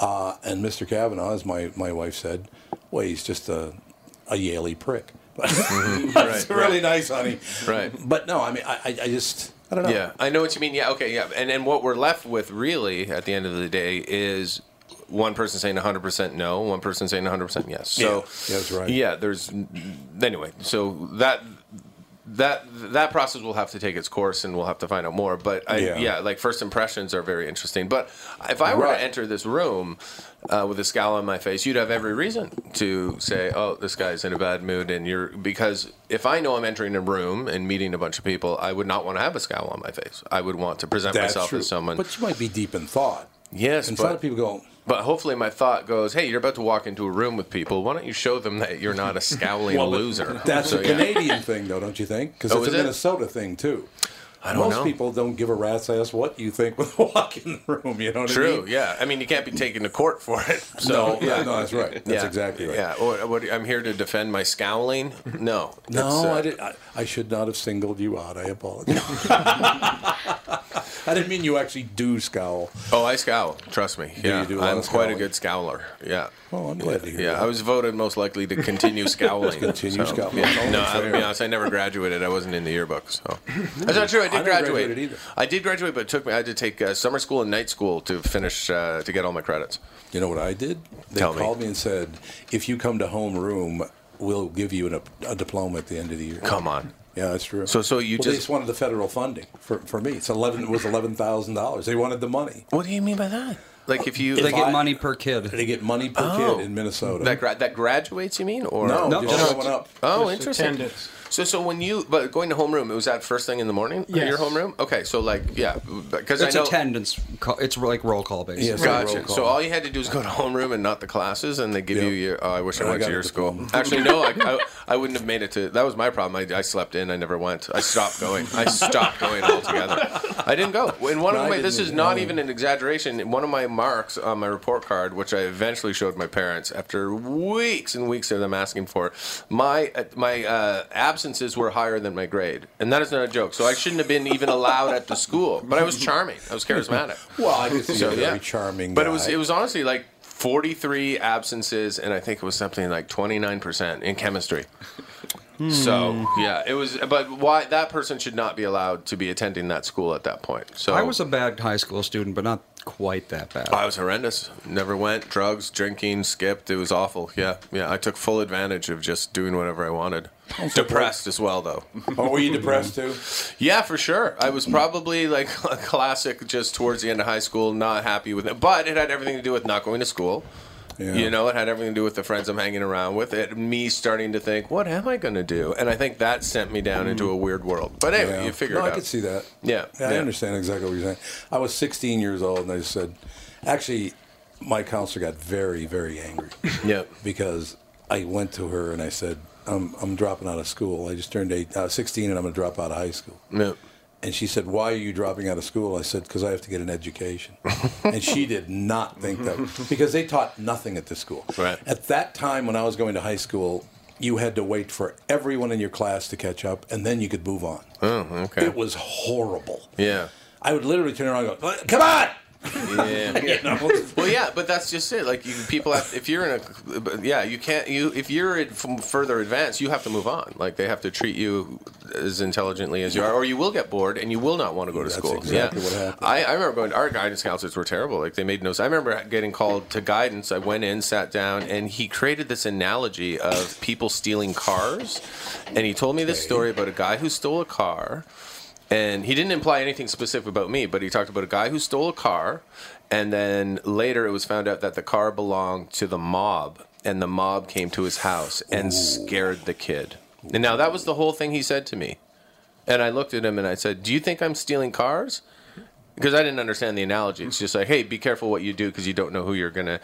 Uh, and Mr. Kavanaugh, as my, my wife said, well, he's just a, a Yaley prick. That's
Mm-hmm. Right,
really
right.
nice, honey.
Right.
But no, I mean, I, I, I just, I don't know.
Yeah, I know what you mean. Yeah, okay, yeah. And and what we're left with really at the end of the day is one person saying 100% no, one person saying 100% yes. So
Yeah, that's right.
Yeah, there's anyway. So that that that process will have to take its course and we'll have to find out more, but I,
Yeah.
yeah. like first impressions are very interesting. But if I were
Right.
to enter this room uh, with a scowl on my face, you'd have every reason to say, "Oh, this guy's in a bad mood," and you're because if I know I'm entering a room and meeting a bunch of people, I would not want to have a scowl on my face. I would want to present
That's
myself
true.
as someone.
But you might be deep in thought.
yes,
And
but,
a lot of people go,
but hopefully my thought goes, "Hey, you're about to walk into a room with people. Why don't you show them that you're not a scowling
Well, but
loser?"
That's
So,
a
yeah.
Canadian thing, though, don't you think? Because
Oh,
it's a
is it?
Minnesota thing too.
I don't
Most
know.
people don't give a rat's ass what you think when they walk in the room. You know what I
True.
mean?
Yeah. I mean, you can't be taken to court for it. So
No, yeah, no, that's right. That's exactly right.
Yeah. Or, what, I'm here to defend my scowling. No.
No,
It's, uh,
I, did, I, I should not have singled you out. I apologize. I didn't mean you actually do scowl.
Oh, I scowl. Trust me.
Do
Yeah,
you do a lot
I'm
of
quite a
scowling?
good scowler. Yeah.
Well, I'm glad to hear
Yeah, I was voted most likely to continue scowling.
Continue scowling. It's
Yeah.
only
No, I'll be
fair.
honest. I never graduated. I wasn't in the yearbook. So that's not true. I did
never
graduate.
graduated either.
I did graduate, but it took me. I had to take uh, summer school and night school to finish uh, to get all my credits.
You know what I did? They
Tell me.
called me. and said, if you come to homeroom, we'll give you an, a diploma at the end of the year.
Come on.
Yeah, that's true.
So, so you
Well, they
just
just wanted the federal funding for, for me. It's eleven. It was eleven thousand dollars. They wanted the money.
What do you mean by that? Like if you
They get
money
per kid.
They get money per
Oh.
kid in Minnesota.
That gra- that graduates, you mean, or
No, No, just just- showing up.
Oh,
Just
interesting.
attendance.
So, so when you but going to homeroom, it was that first thing in the morning.
Yes.
Your homeroom. Okay, so like yeah, because I
it's
know.
attendance. Call, it's like roll call basically.
gotcha. So all you had to do is go to homeroom and not the classes, and they give you your. Oh, I wish I
And I
went
got
to your
the
school.
diploma.
Actually, no, I, I, I wouldn't have made it to. That was my problem. I, I slept in. I never went. I stopped going. I stopped going altogether. I didn't go. And one
No,
of
I
my. This
didn't
is not
either.
even an exaggeration. In One of my marks on my report card, which I eventually showed my parents after weeks and weeks of them asking for, it, my uh, my uh, absences were higher than my grade, and that is not a joke. So I shouldn't have been even allowed at the school. But I was charming. I was charismatic.
Well, I just think
So,
you're a
yeah.
very charming.
But it was
guy.
it was honestly like 43 absences, and I think it was something like 29 percent in chemistry. So yeah, it was. But why that person should not be allowed to be attending that school at that point. So
I was a bad high school student, but not quite that bad.
I was horrendous. Never went. Drugs, drinking, skipped. It was awful. Yeah, yeah. I took full advantage of just doing whatever I wanted. Depressed as well, though.
Oh, were you depressed too?
Yeah, for sure. I was probably like a classic, just towards the end of high school, not happy with it. But it had everything to do with not going to school. You know, it had everything to do with the friends I'm hanging around with. It me starting to think, what am I going to do? And I think that sent me down into a weird world. But anyway,
Mm. Yeah.
you figure
no,
it out.
I could see that.
Yeah,
Yeah, I
yeah.
understand exactly what you're saying. I was 16 years old, and I said, actually, my counselor got very, very angry.
Yeah.
Because I went to her and I said, I'm, I'm dropping out of school. I just turned eight, uh, 16, and I'm going to drop out of high school.
Yeah.
And she said, "Why are you dropping out of school?" I said, "Because I have to get an education." and she did not think that because they taught nothing at this school.
Mm-hmm. Right.
At that time, when I was going to high school, you had to wait for everyone in your class to catch up, and then you could move on.
Oh, okay.
It was horrible.
Yeah.
I would literally turn around and go, "Come on!"
Yeah.
You know?
well, yeah, but that's just it. Like you, people have, if you're in a, but yeah, you can't. You if you're in f- further advanced, you have to move on. Like they have to treat you as intelligently as you are, or you will get bored and you will not want to go to
That's
school.
exactly
yeah.
what happened.
I, I remember going. Our guidance counselors were terrible. Like they made no. I remember getting called to guidance. I went in, sat down, and he created this analogy of people stealing cars, and he told me this story about a guy who stole a car. And he didn't imply anything specific about me, but he talked about a guy who stole a car, and then later it was found out that the car belonged to the mob, and the mob came to his house and scared the kid. And now that was the whole thing he said to me. And I looked at him and I said, Do you think I'm stealing cars? Because I didn't understand the analogy. It's just like, hey, be careful what you do because you don't know who you're going to.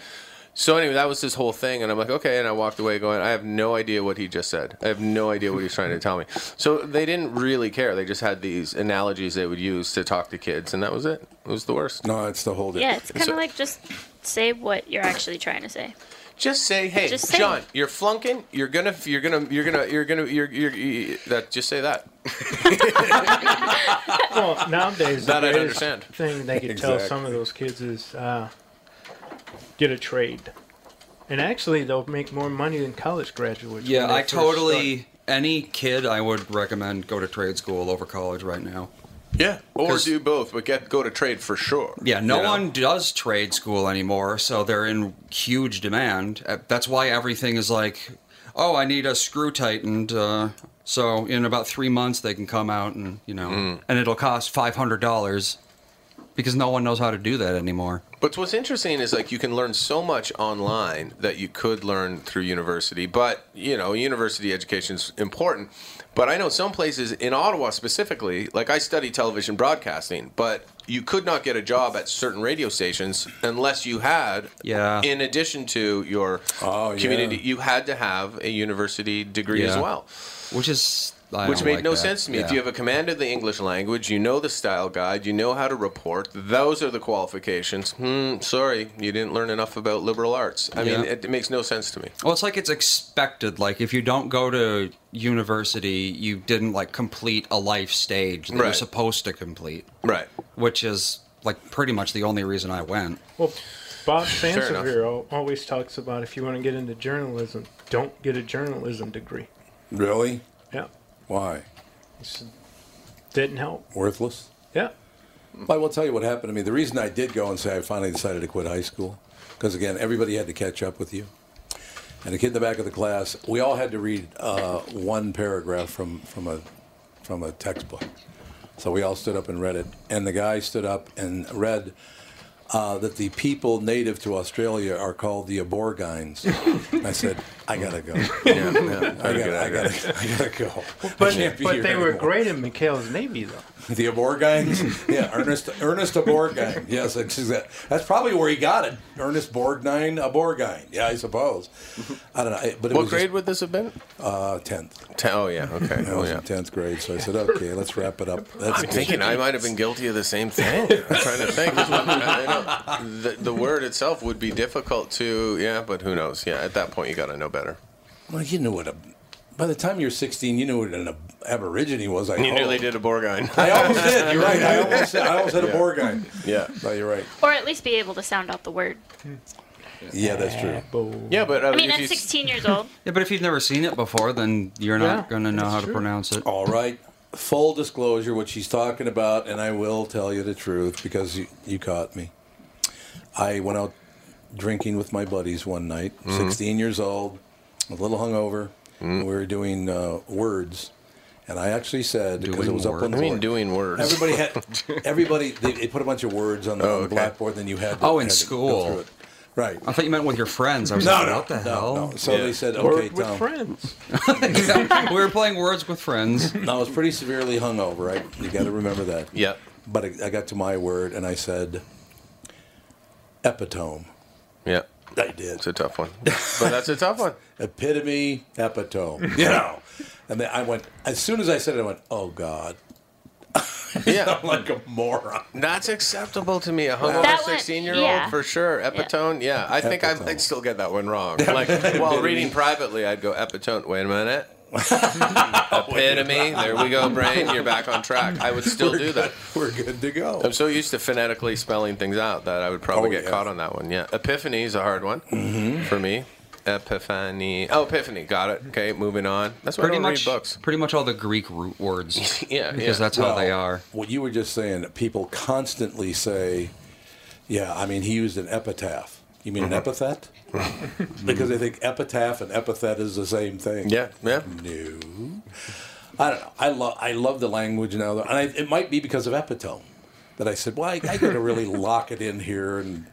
So, anyway, that was his whole thing. And I'm like, okay. And I walked away going, I have no idea what he just said. I have no idea what he's trying to tell me. So, they didn't really care. They just had these analogies they would use to talk to kids. And that was it. It was the worst.
No, it's the whole
Yeah, it's kind of like just say what you're actually trying to say.
Just say, hey,
Just say
John,
it.
you're flunking. You're gonna, you're gonna, you're gonna, you're gonna, you're, you're, you that. Just say that.
well, nowadays,
That
the
I
greatest
understand.
Thing they could tell
Exactly.
some of those kids is uh, get a trade, and actually they'll make more money than college graduates. when
Yeah,
they
I
first
totally. Any kid, I would recommend go to trade school over college right now.
Yeah, or
'Cause-
do both, but get go to trade for sure.
Yeah, no
You know?
one does trade school anymore, so they're in huge demand. Uh, That's why everything is like, oh, I need a screw tightened. Uh, so in about three months, they can come out and you know,
Mm.
and it'll cost five hundred dollars because no one knows how to do that anymore.
But what's interesting is like you can learn so much online that you could learn through university. But you know, university education is important. But I know some places in Ottawa specifically, like I study television broadcasting, but you could not get a job at certain radio stations unless you had,
Yeah. Oh,
in addition to your
yeah.
community, you had to have a university degree as
Yeah.
well.
which is I
which
don't
made
like
no
that.
sense to me. If
Yeah.
you have a command of the English language, you know the style guide, you know how to report. Those are the qualifications. Hmm, sorry, you didn't learn enough about liberal arts. I mean,
Yeah.
it, it makes no sense to me.
Well, it's like it's expected. Like if you don't go to university, you didn't like complete a life stage that you're
Right.
supposed to complete.
Right.
Which is like pretty much the only reason I went.
Well, Bob
Fair enough.
Sanseviro always talks about if you want to get into journalism, don't get a journalism degree.
Really?
Yeah,
Why?
It's- didn't help.
Worthless.
Yeah.
I will tell you what happened to me. The reason I did go and say I finally decided to quit high school, because again, everybody had to catch up with you. And the kid in the back of the class, we all had to read uh, one paragraph from, from a from a textbook. So we all stood up and read it. And the guy stood up and read uh, that the people native to Australia are called the Aborigines. I said, I gotta go.
Yeah, yeah.
I,
Gotta
gotta,
get out
I,
of
gotta, I gotta go. I
But,
can't be
but
here
they were
anymore.
great in McHale's Navy, though.
The Aborgines? yeah, Ernest Ernest Aborgine. Yes, that's, exact- that's probably where he got it. Ernest Borgnine Aborgine. Yeah, I suppose. I don't know. I- But it
Mm-hmm. What
was
grade would this have been?
Uh, tenth.
oh yeah. Okay.
I
Oh,
was
yeah.
in tenth grade, so I said, okay, let's wrap it up. That's
I'm
good.
thinking I might have been guilty of the same thing. I'm trying to think. It's what- I know. the, the word itself would be difficult to, yeah, but who knows? Yeah, at that point you got to know better.
Well, you knew what a. By the time you're 16, you knew what an ab- aborigine was. I
you
hope.
nearly did a Borgine.
I almost did. oh. You're right. I almost said, I almost said
Yeah.
Aborgine.
Yeah.
No, you're right.
Or at least be able to sound out the word.
Yeah, that's true.
Yeah, but uh,
I mean,
if
at
you s-
16 years old.
Yeah, but if you've never seen it before, then you're not
Yeah,
going to know
that's
how to
true.
pronounce it.
All right. Full disclosure, what she's talking about, and I will tell you the truth because you, you caught me. I went out drinking with my buddies one night,
Mm-hmm.
Mhm.
16 years old, a little hungover. and We were doing uh, words, and I actually said because it
Doing
was up on
words.
the
I mean,
board.
doing words.
Everybody had everybody. They, they put a bunch of words on the
Oh,
on the
okay.
blackboard, then you had. To,
Oh, in
had to go
school.
through it. Right.
I thought you meant with your friends. I was
No,
like,
no,
what the
no,
hell?
no. So they said, Or okay, with Tom.
friends.
we were playing words with friends.
I was pretty severely hungover. Right, you got to remember that. Yeah. But I, I got to my word and I said, epitome.
Yeah.
I did.
It's a tough one. But that's a tough one.
Epitome, epitome. You know. And then I went as soon as I said it, I went, "Oh God."
Yeah.
I'm like a moron.
That's acceptable to me. A hungover
That
one-
16 year
yeah.
old for sure. Epitone. Yeah. I think I might still get that one wrong. Like while reading privately, I'd go epitone. Wait a minute. Epitome. There we go, brain. You're back on track. I would still do that.
We're good to go.
I'm so used to phonetically spelling things out that I would probably
Oh,
get
yeah.
caught on that one. Yeah. Mm-hmm. Epiphany is a hard one for me. Epiphany. Oh, epiphany. Got it. Okay, moving on. That's why I
pretty
don't
much,
read books.
Pretty much all the Greek root words.
Yeah,
Because
yeah.
that's how they are.
What you were just saying, that people constantly say, "Yeah, I mean, he used an epitaph." You mean
Mm-hmm.
an epithet? because they think epitaph and epithet is the same thing.
Yeah, yeah.
No, I don't know. I love I love the language now, and I, it might be because of epitome that I said, "Well, I, I got to really lock it in here, and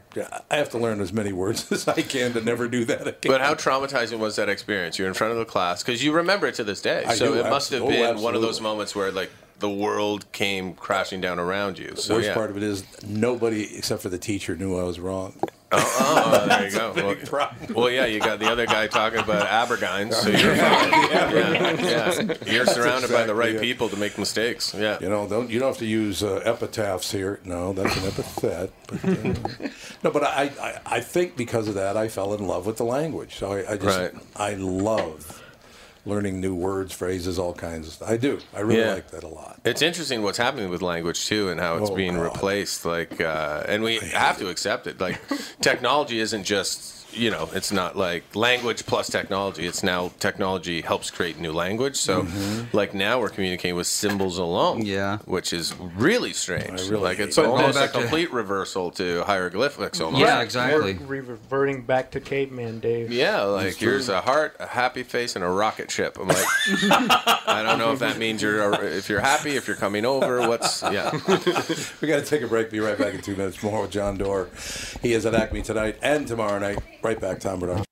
I have to learn as many words as I can to never do that again."
But how traumatizing was that experience? You're in front of the class because you remember it to this day.
I
so
do,
it must have
abso- oh,
been one of those
absolutely.
moments where like the world came crashing down around you.
The
So
worst
yeah.
part of it is nobody except for the teacher knew I was wrong.
Oh, there you go. Well, well, yeah, you got the other guy talking about Abergines, so you're fine. Yeah, yeah. You're
That's
surrounded by the
exactly
right
it.
people to make mistakes. Yeah.
You know, don't you don't have to use uh, epitaphs here. No, that's an epithet. But, uh, no, but I, I I think because of that, I fell in love with the language. So I, I just
Right.
I love learning new words, phrases, all kinds of stuff. I do. I really
Yeah.
like that a lot.
It's interesting what's happening with language too, and how it's
Oh,
being
God.
replaced. Like, uh, and we have to accept it. Like, technology isn't just you know, it's not like language plus technology. It's now technology helps create new language. So, like now we're communicating with symbols alone. Yeah, which is really strange.
I really
like it's
hate it.
almost
Going
a
back to-
complete reversal to hieroglyphics. Almost.
We're- We're reverting back to caveman Dave.
Yeah, like here's a heart, a happy face, and a rocket ship. I'm like, I don't know if that means you're uh, if you're happy, if you're coming over. What's yeah.
we got to take a break. Be right back in two minutes more with John Doerr. He is at Acme tonight and tomorrow night. Right back, Tom Bernard.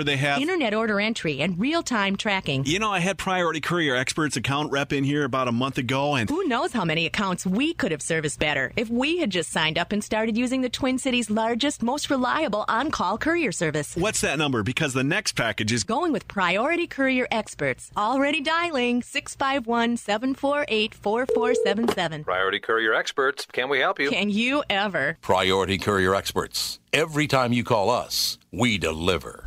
they have.
Internet order entry and real time tracking.
You know, I had Priority Courier Experts account rep in here about a month ago, and
Who knows how many accounts we could have serviced better if we had just signed up and started using the Twin Cities' largest, most reliable on call courier service?
what's that number? Because the next package is
Going with Priority Courier Experts. Already dialing 651 748 4477.
Priority Courier Experts, can we help you?
Can you ever?
Priority Courier Experts. Every time you call us, we deliver.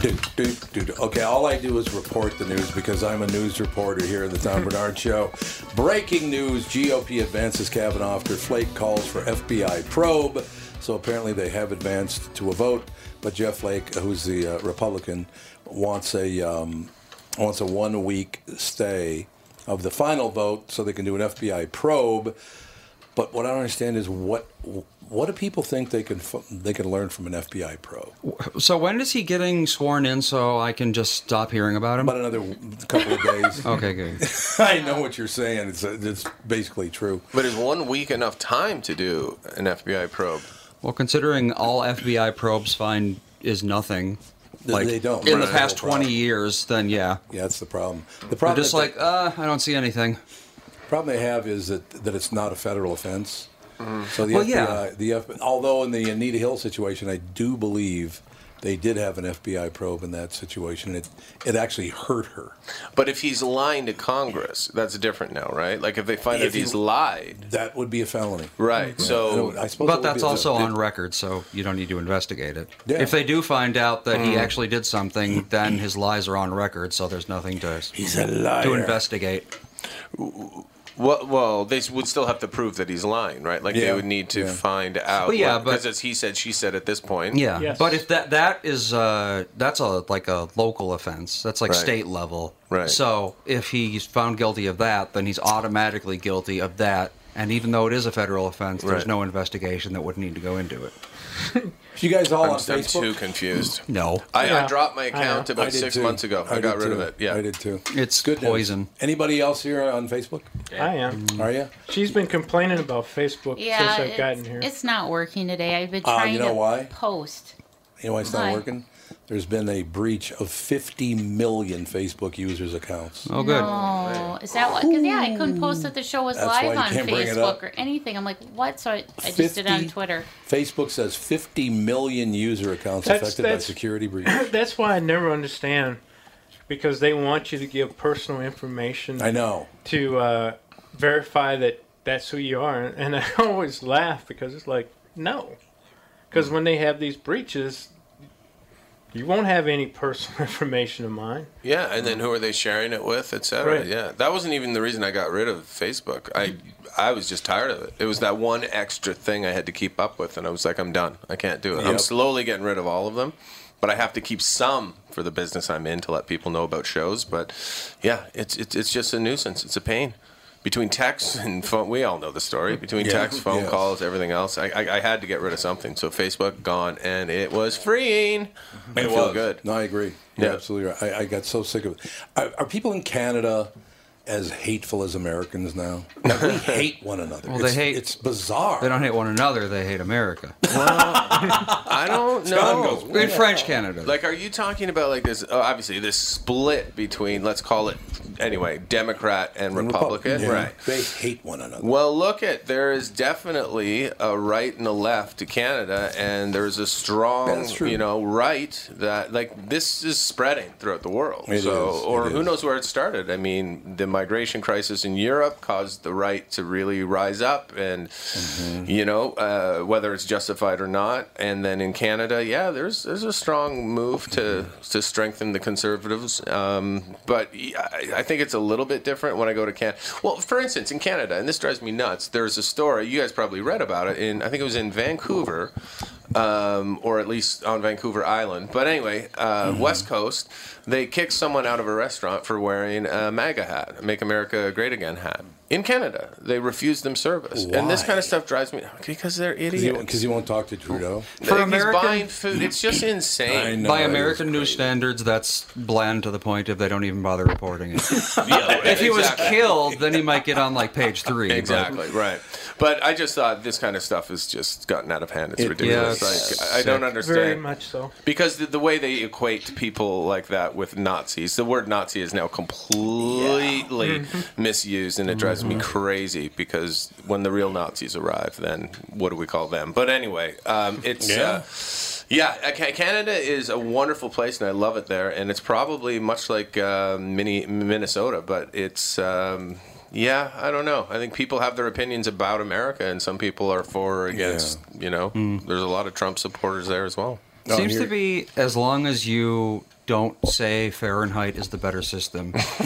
Dude, dude, dude. Okay, all I do is report the news because I'm a news reporter here at the Tom Bernard Show. Breaking news GOP advances Kavanaugh after Flake calls for FBI probe. So apparently they have advanced to a vote, but Jeff Flake, who's the uh, Republican, wants a, um, wants a one week stay of the final vote so they can do an FBI probe. But what I don't understand is what what do people think they can fu- they can learn from an FBI probe?
So when is he getting sworn in? So I can just stop hearing about him. About
another couple of days.
okay, good.
I know what you're saying. It's uh, it's basically true.
But is one week enough time to do an FBI probe?
Well, considering all FBI probes find is nothing.
They- they don't.
In the
Right.
past
No problem.
twenty years, then yeah.
Yeah, that's the problem. The
The
problem
problem just
that
like uh, I don't see anything.
problem they have is that, that it's not a federal offense. So
Mm-hmm.
the
Well,
FBI,
yeah.
the F, although in the Anita Hill situation, I do believe they did have an FBI probe in that situation. It it actually hurt her.
But if he's lying to Congress, that's different now, right? Like if they find
If
out he's
you-
lied,
That would be a felony,
right? So,
but that's also on record, so you don't need to investigate it.
Yeah.
If they do find out that he
Mm.
actually did something, then his lies are on record, so there's nothing to
he's a
to
liar.
investigate.
Well, well, they would still have to prove that he's lying, right? Like they
Yeah,
would need to
yeah.
find out.
Well, yeah, but-
because it's he said, she said at this point.
Yeah, but if that that is uh that's a like a local offense. That's like
Right.
state level.
Right.
So if he's found guilty of that, then he's automatically guilty of that. And even though it is a federal offense, there's
Right.
no investigation that would need to go into it.
you guys all
I'm,
on
I'm
Facebook?
too confused.
No.
I, I
Yeah.
dropped my
I
account
know. I
about
did
six
too.
months ago. I,
I
got
did
rid of
too.
it. Yeah,
I did too.
It's
Good news.
poison.
Anybody else here on Facebook?
I am.
Are you?
She's been complaining about Facebook
Yeah,
since I've gotten here.
it's, it's not working today. I've been
Ah,
trying
you know
to
why?
post.
You know why it's not
Why?
working? There's been a breach of 50 million Facebook users' accounts.
Oh,
No, is that what? Because yeah, I couldn't post that the show was
That's why
live
you
on
can't bring it
Facebook
up.
or anything. I'm like, what? So I, I just did it on
50?
Twitter.
Facebook says 50 million user accounts
That's-
affected
that's-
by security breach.
That's why I never understand because they want you to give personal information.
I know.
To uh, verify that that's who you are. And I always laugh because it's like, no. Because when they have these breaches, you won't have any personal information of mine.
Yeah, and
Mm.
then who are they sharing it with, et cetera?
Right.
Yeah, that wasn't even the reason I got rid of Facebook. I I was just tired of it. It was that one extra thing I had to keep up with, and I was like, I'm done. I can't do it. I'm
Yep.
slowly getting rid of all of them, but I have to keep some for the business I'm in to let people know about shows. But yeah, it's it's, it's just a nuisance. It's a pain. Between texts and phone, we all know the story. Between
Yeah.
texts, phone
Yes.
calls, everything else, I, I, I had to get rid of something. So Facebook gone, and it was freeing. I
It
feel
was.
good.
No, I agree. You're absolutely right. I, I got so sick of it. Are, are people in Canada as hateful as Americans now? Like, we hate one another.
Well,
it's,
they hate.
It's bizarre.
They don't hate one another. They hate America.
I don't
Scott
know.
goes, In French Canada.
Like, are you talking about like this? Oh, obviously, this split between let's call it anyway, Democrat and Republican,
Yeah.
right?
They hate one another.
Well, look at there is definitely a right and a left to Canada, and there's a strong,
That's true.
you know, right that like this is spreading throughout the world.
It
so,
is,
or
it
who
is.
knows where it started? I mean, the migration crisis in Europe caused the right to really rise up, and
Mm-hmm.
you know, uh, whether it's justified or not. And then in Canada, yeah, there's there's a strong move to
Mm-hmm.
to strengthen the conservatives. Um, but I, I think it's a little bit different when I go to Canada. Well, for instance, in Canada, and this drives me nuts. There's a story you guys probably read about it. In I think it was in Vancouver. Um, or at least on Vancouver Island. But anyway, uh,
Mm-hmm.
West Coast, they kicked someone out of a restaurant for wearing a MAGA hat, Make America Great Again hat. In Canada, they refused them service. And this
Why?
kind of stuff drives me because they're
Because he,
idiots.
'cause he won't talk to Trudeau.
For
He's
American-
buying food, it's just insane.
By American news standards, that's bland to the point if they don't even bother reporting it. if he was
exactly.
killed, then he might get on like page three. but-
Exactly right, but I just thought this kind of stuff has just gotten out of hand. It's
It-
ridiculous.
yeah,
like
it's
I I don't
sick.
understand
Very much so.
because the, the way they equate people like that with Nazis, the word Nazi is now completely badly
Mm-hmm.
misused, and it drives me crazy because when the real Nazis arrive, then what do we call them? But anyway, um, it's.
Yeah.
Uh, yeah, uh, Ca- Canada is a wonderful place, and I love it there. And it's probably much like uh, mini Minnesota, but it's um, yeah, I don't know. I think people have their opinions about America, and some people are for or against. You know, there's a lot of Trump supporters there as well.
Seems to be as long as you don't say Fahrenheit is the better system,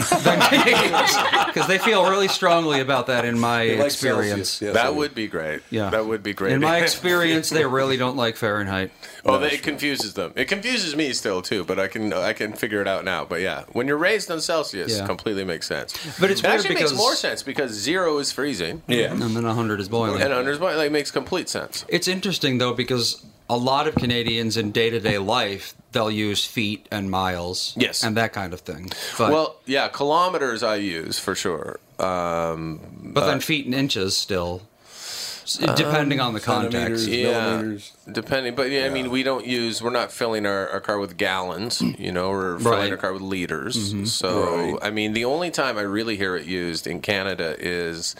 because they feel really strongly about that. In my
They like
experience,
Celsius, yes, That they do. would be great.
Yeah,
That would be great.
In my experience, they really don't like Fahrenheit.
Oh, they, it confuses them. It confuses me still too, but I can I can figure it out now. But yeah, when you're raised on Celsius,
Yeah.
completely makes sense.
But it's
it
weird
actually
because-
makes more sense because zero is freezing.
and then hundred is boiling.
and under like makes complete sense.
It's interesting though because a lot of Canadians in day to day life they'll use feet and miles, yes, and that kind of thing. But,
well, yeah, kilometers I use for sure. Um,
but then feet and inches still, s- depending on the context.
Depending, but yeah, I mean, we don't use. We're not filling our, our car with gallons, you know, we're filling
Right.
our car with liters.
Mhm.
So, I mean, the only time I really hear it used in Canada is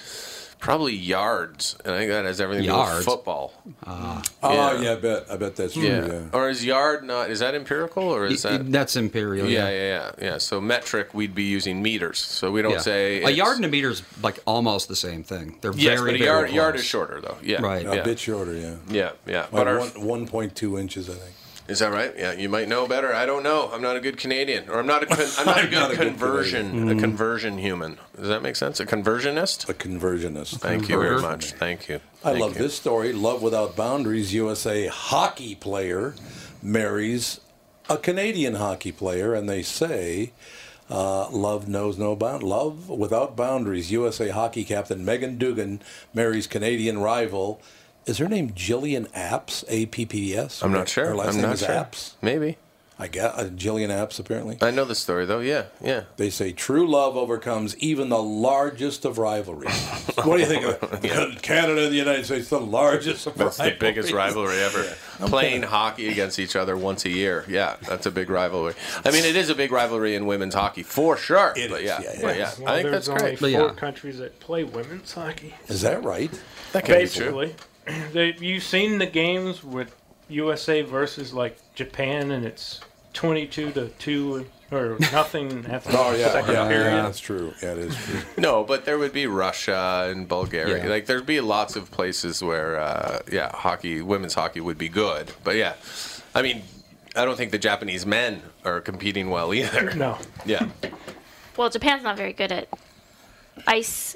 probably yards, and I think that has everything to do with
Yards?
football.
Ah.
Oh yeah, I bet. I bet that's true.
Yeah.
Yeah.
Or is yard not? Is that empirical or is
Y- y-
that?
That's imperial.
yeah, yeah, yeah, yeah. So metric, we'd be using meters. So we don't
Yeah.
say
a
it's-
yard and a meter is like almost the same thing. They're
Yes,
very
but a
very
yard,
close.
yard is shorter though. Yeah,
Right.
Yeah.
A bit shorter, yeah.
Yeah, yeah.
Like
But our-
one, one point two inches, I think.
Is that right? Yeah, you might know better. I don't know. I'm not a good Canadian, or I'm not a con- I'm not a good conversion
Canadian.
a conversion human. Does that make sense? A conversionist.
A conversionist.
Thank you very
Conversion.
much. Thank you.
I
Thank
love
you.
this story. Love Without Boundaries USA hockey player marries a Canadian hockey player, and they say uh, love knows no bound. Love Without Boundaries USA hockey captain Megan Dugan marries Canadian rival. Is her name Jillian Apps? A P P E S.
I'm not sure.
Her last
I'm
name
not
is
sure.
Apps.
Maybe.
I got uh, Jillian Apps apparently.
I know the story though. Yeah, yeah.
They say true love overcomes even the largest of rivalries. what do you think of it? Canada and the United States, the largest of
That's the
rivalries.
biggest rivalry ever. Playing hockey against each other once a year. Yeah, that's a big rivalry. I mean, it is a big rivalry in women's hockey for sure. but yeah, but yeah.
Well,
I think
there's
that's
only
great.
four countries that play women's hockey.
Is that right?
That can be true.
Basically, They- you've seen the games with USA versus like Japan, and it's twenty-two to two or nothing after
Oh
the
yeah,
second
yeah,
period.
yeah, that's true. Yeah, it is true.
No, but there would be Russia and Bulgaria.
Yeah.
Like there'd be lots of places where, uh, yeah, hockey, women's hockey would be good. But yeah, I mean, I don't think the Japanese men are competing well either.
No.
Yeah.
Well, Japan's not very good at ice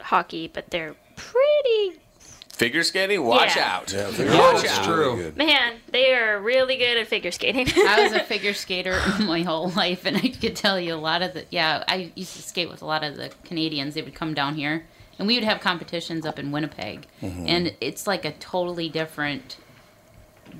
hockey, but they're pretty.
Figure skating, watch
Yeah.
out.
Yeah,
figure
watch
skating's
out.
really
Man, they are really good at figure skating.
I was a figure skater my whole life, and I could tell you a lot of the. Yeah, I used to skate with a lot of the Canadians. They would come down here, and we would have competitions up in Winnipeg.
Mm-hmm.
Mhm.
And it's like a totally different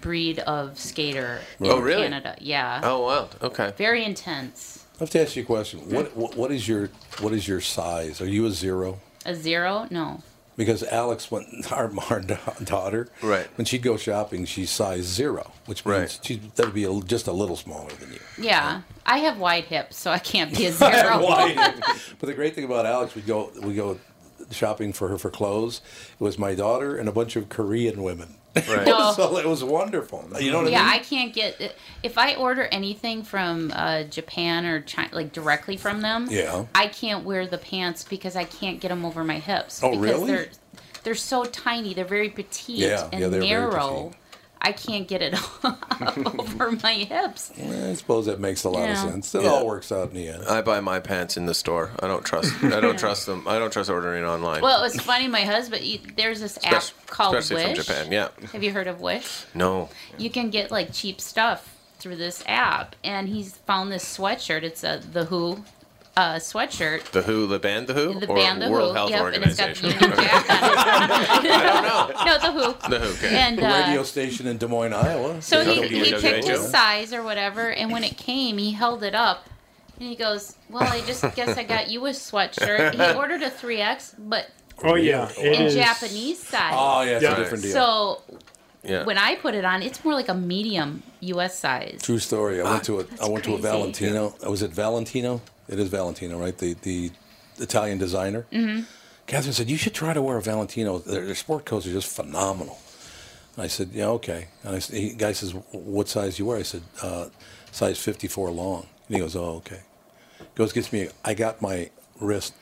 breed of skater
Oh,
in
really?
Canada. Yeah.
Oh wow. Okay.
Very intense.
I have to ask you a question. What, what what is your what is your size? Are you a zero?
A zero? No.
Because Alex went our, our da- daughter right when she'd go shopping, she's size zero, which means she that would be a, just a little smaller than you.
Yeah. I have wide hips, so I can't be a zero.
Why? but the great thing about Alex, we go we go shopping for her for clothes. It was my daughter and a bunch of Korean women.
Right.
No.
so it was wonderful. You know what
Oh. yeah,
I mean?
can't get if I order anything from uh, Japan or China, like directly from them.
Yeah.
I can't wear the pants because I can't get them over my hips.
Oh,
because
really?
They're, they're so tiny. They're very petite
Yeah,
and
yeah, they're very
narrow. I can't get it over my hips.
I suppose that makes a lot
Yeah.
of sense. It
Yeah.
all works out in the end.
I buy my pants in the store. I don't trust. I don't trust them. I don't trust ordering online.
Well, it was funny. My husband, he- there's this app
Espec-
called
especially
Wish.
from Japan. Yeah.
Have you heard of Wish?
No.
you can get like cheap stuff through this app and he's found this sweatshirt it's a the who uh, sweatshirt
The Who, the band, the Who,
the
or
band the
World
who
Health
yep and it's got the
Organization.
Union Jack
Oh.
on it no the who
the Who. Okay.
and
the radio
uh,
station in Des Moines, Iowa.
so he,
Yeah.
he picked his size or whatever and when it came he held it up and he goes well i just guess i got you a sweatshirt he ordered a 3x but
Oh yeah, it
in
is-
japanese size
Oh, yeah, it's a Yeah. different deal.
so
Yeah.
when i put it on it's more like a medium us size
True story. I went to a I went to a
crazy.
Valentino. I was at Valentino. It is Valentino, right? The the Italian designer.
Mm-hmm.
Catherine said, "You should try to wear a Valentino. Their, their sport coats are just phenomenal." And I said, "Yeah, okay." And I, s- he guy says, "What size you wear?" I said, uh, "Size 54 long." And he goes, "Oh, okay." Goes gets me. I got my wrist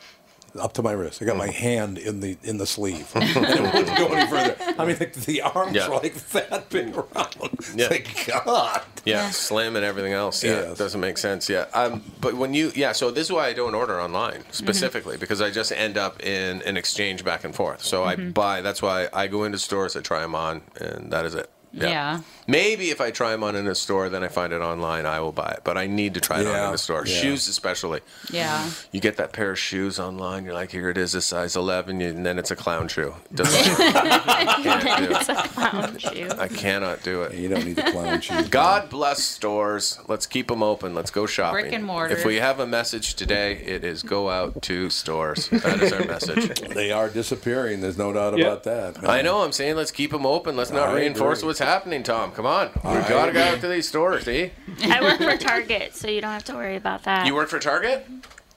up to my wrist. I got my
Mm.
hand in the in the sleeve. and it wouldn't go any further. I mean, the, the arms
Yeah.
were like that big around.
Yeah.
Thank God.
Yeah, slim and everything else. Yeah, it doesn't make sense. Yeah, um, but when you yeah, so this is why I don't order online specifically because I just end up in an exchange back and forth. So I
Mhm.
buy. That's why I go into stores, I try them on, and that is it.
Yeah.
Maybe if I try them on in a store, then I find it online, I will buy it. But I need to try it on in a store.
yeah.
Shoes especially.
Yeah.
You get that pair of shoes online, you're like, here it is, a size 11, and then it's a clown shoe. Doesn't-
it's a clown shoe.
I cannot do it. You
don't need the clown shoes.
God bless stores. Let's keep them open. Let's go shopping.
Brick and mortar.
If we have a message today, it is go out to stores. That is our message.
They are disappearing. There's no doubt
Yeah.
about that. man.
I know. I'm saying let's keep them open. Let's not
I
reinforce
agree.
what's happening, Tom. Come on. We gotta go out to these stores. See?
I work for Target, so you don't have to worry about that.
You work for Target?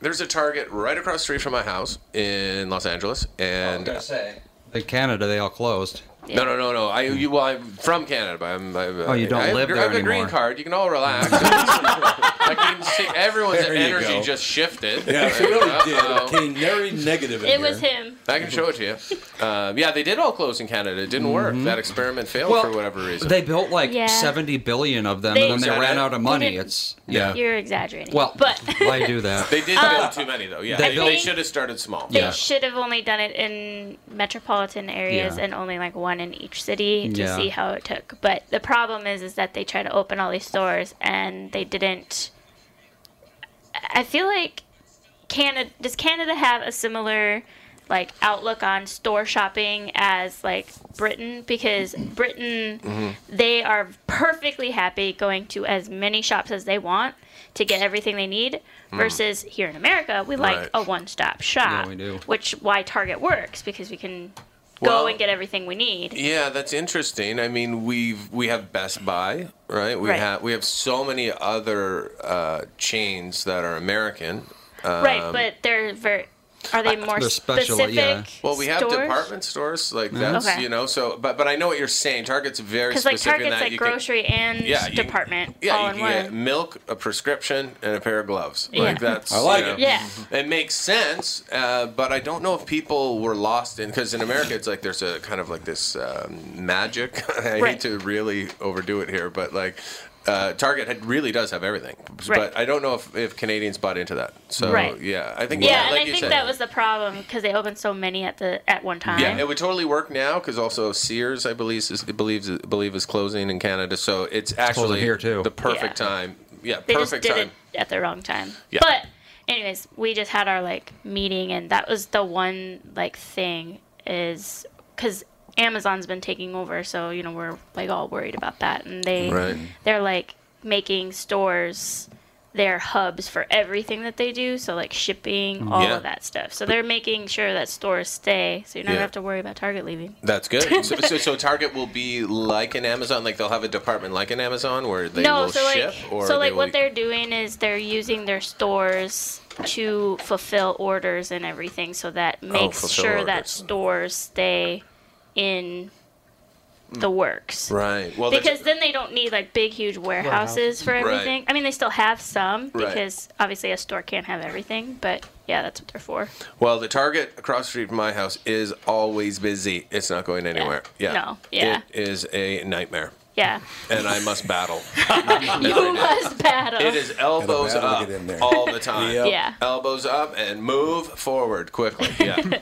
There's a Target right across the street from my house in Los Angeles, and
Oh,
In Canada, they all closed.
No, no, no, no. I, you, well, I'm from Canada, but I'm. I,
Oh, you don't
Uh, I have,
live
gr- I
there
have a green
anymore.
card. You can all relax. I can see everyone's
There you
energy
go.
just shifted.
Yeah, it really did.
Uh-oh.
It came very negative in
It
here.
was him.
I can show it to you. Um, yeah, they did all close in Canada. It didn't work.
Mm-hmm.
Mhm.
That experiment failed
Well,
for whatever reason.
They built like
Yeah.
70 billion of them,
They-
and then
Is
they
that
ran
it?
out of
They
money.
didn't-
It's yeah.
You're exaggerating.
Well,
but
why do that?
They did build too many though. Yeah,
They
they,
built-
they should have started small.
Uh, they should have only done it in metropolitan areas
Yeah.
and only like one in each city to
Yeah.
see how it took. But the problem is, is that they tried to open all these stores and they didn't. I feel like Canada does Canada have a similar like outlook on store shopping as like Britain because Britain
Mm-hmm.
they are perfectly happy going to as many shops as they want to get everything they need
Mm.
versus here in America we like
Right.
a one-stop shop
Yeah, we do.
which why Target works because we can
Well-
go and get everything we need
Yeah, that's interesting. I mean, we've we have Best Buy, right? We
Right.
have we have so many other uh, chains that are American.
right
Um,
but they're very are they more specific
Well, we have
stores?
department stores like
Yeah.
that's
Okay.
you know. So, but but I know what you're saying. Target's very
because like
specific in
Target's
that
like
you can-
grocery and
Yeah, you-
department
yeah,
all
you
in
can
one.
get milk, a prescription, and a pair of gloves. Like
Yeah.
that's
I like
you know, Mm-hmm.
it. Yeah.
it makes sense. Uh, but I don't know if people were lost in because in America it's like there's a kind of like this um, magic. I
Right.
hate to really overdo it here, but like. Uh, Target had, really does have everything,
Right.
but I don't know if, if Canadians bought into that. So
Right.
yeah, I think
yeah,
yeah,
and
like
I
you
think
said,
that was the problem because they opened so many at the at one time.
yeah, it would totally work now because also Sears, I believe, is, believes believe is closing in Canada, so it's actually
here, too.
the perfect
Yeah.
time. Yeah,
they just
perfect
did
time.
it at the wrong time.
Yeah.
But anyways, we just had our like meeting, and that was the one like thing is because Amazon's been taking over, so you know we're like all worried about that, and they
Right.
they're like making stores their hubs for everything that they do so like shipping all
Yeah.
of that stuff so they're making sure that stores stay so you never
Yeah.
have to worry about target leaving
That's good. so, so, so Target will be like an Amazon, like they'll have a department like an Amazon where they will ship
like,
or
so
they
like what
will-
they're doing is they're using their stores to fulfill orders and everything so that makes
Oh, fulfill
sure that
orders.
stores stay in the works
Mm. right. Hmm. Well, that's-
because then they don't need like big huge warehouses for
Right.
everything i mean they still have some
Right.
because obviously a store can't have everything but yeah that's what they're for
well, the Target across the street from my house is always busy. It's not going anywhere. Yeah.
No. Yeah.
It is a nightmare,
yeah
and I must battle.
you must battle
It is elbows
battle to
up
get in there.
all the time.
Yep. Yeah.
Elbows up and move forward quickly. Yeah.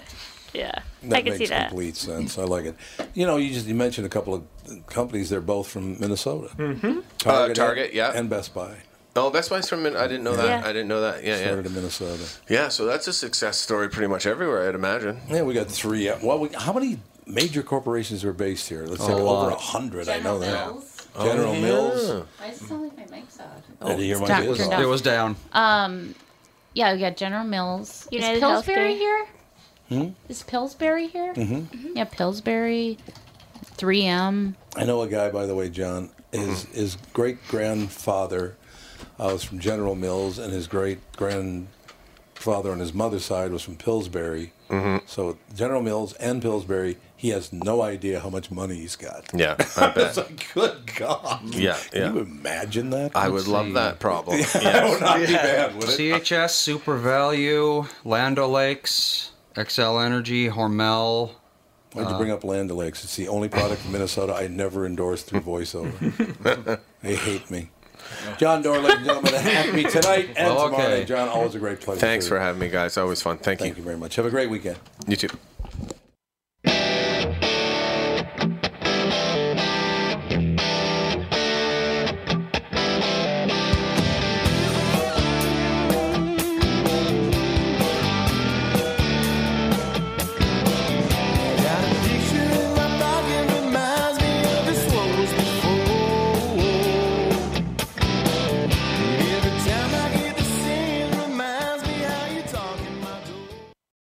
yeah
That
i can
makes
see that
complete sense. I like it. You know, you just you mentioned a couple of companies. They're both from Minnesota.
Mhm.
Target, uh,
and-
Target, yeah.
and Best Buy.
Oh, Best Buy's from Min- I didn't know that.
Yeah.
I didn't know that. Yeah,
Started
yeah.
in Minnesota.
Yeah, so that's a success story pretty much everywhere, I'd imagine.
Yeah, we got three. uh, Well, we, how many major corporations are based here? Let's
A
say over
lot.
a hundred. I know
General
that.
Mills.
General
Oh, yeah.
Mills.
Why does it sound like my mic's off?
Did you hear
Oh, It's
my
down-
biz
turned
off?
off.
It was down.
Um, yeah, we got General Mills.
United
Is Pillsbury
Healthcare.
here?
Hmm?
Is Pillsbury here?
Mm-hmm.
Mhm.
Yeah, Pillsbury, 3M.
I know a guy, by the way, John. His
Mm-hmm.
his great grandfather uh, was from General Mills, and his great grand father on his mother's side was from Pillsbury.
Mm-hmm.
So General Mills and Pillsbury, he has no idea how much money he's got.
Yeah, I
I was
bet.
like, good God.
Yeah,
Can you
yeah.
imagine that?
I would love that problem.
Yeah,
Yes.
that would not be bad, would it?
CHS, Super Value, Land O'Lakes, XL Energy, Hormel.
Why'd you
uh,
bring up Land O'Lakes? It's the only product in Minnesota I never endorsed through voiceover. they hate me. John Doerr, ladies and gentlemen, at me tonight and
Well,
tomorrow.
okay.
John, always a great pleasure.
Thanks for having me, guys. Always fun. Thank, you.
very much. Have a great weekend.
You too.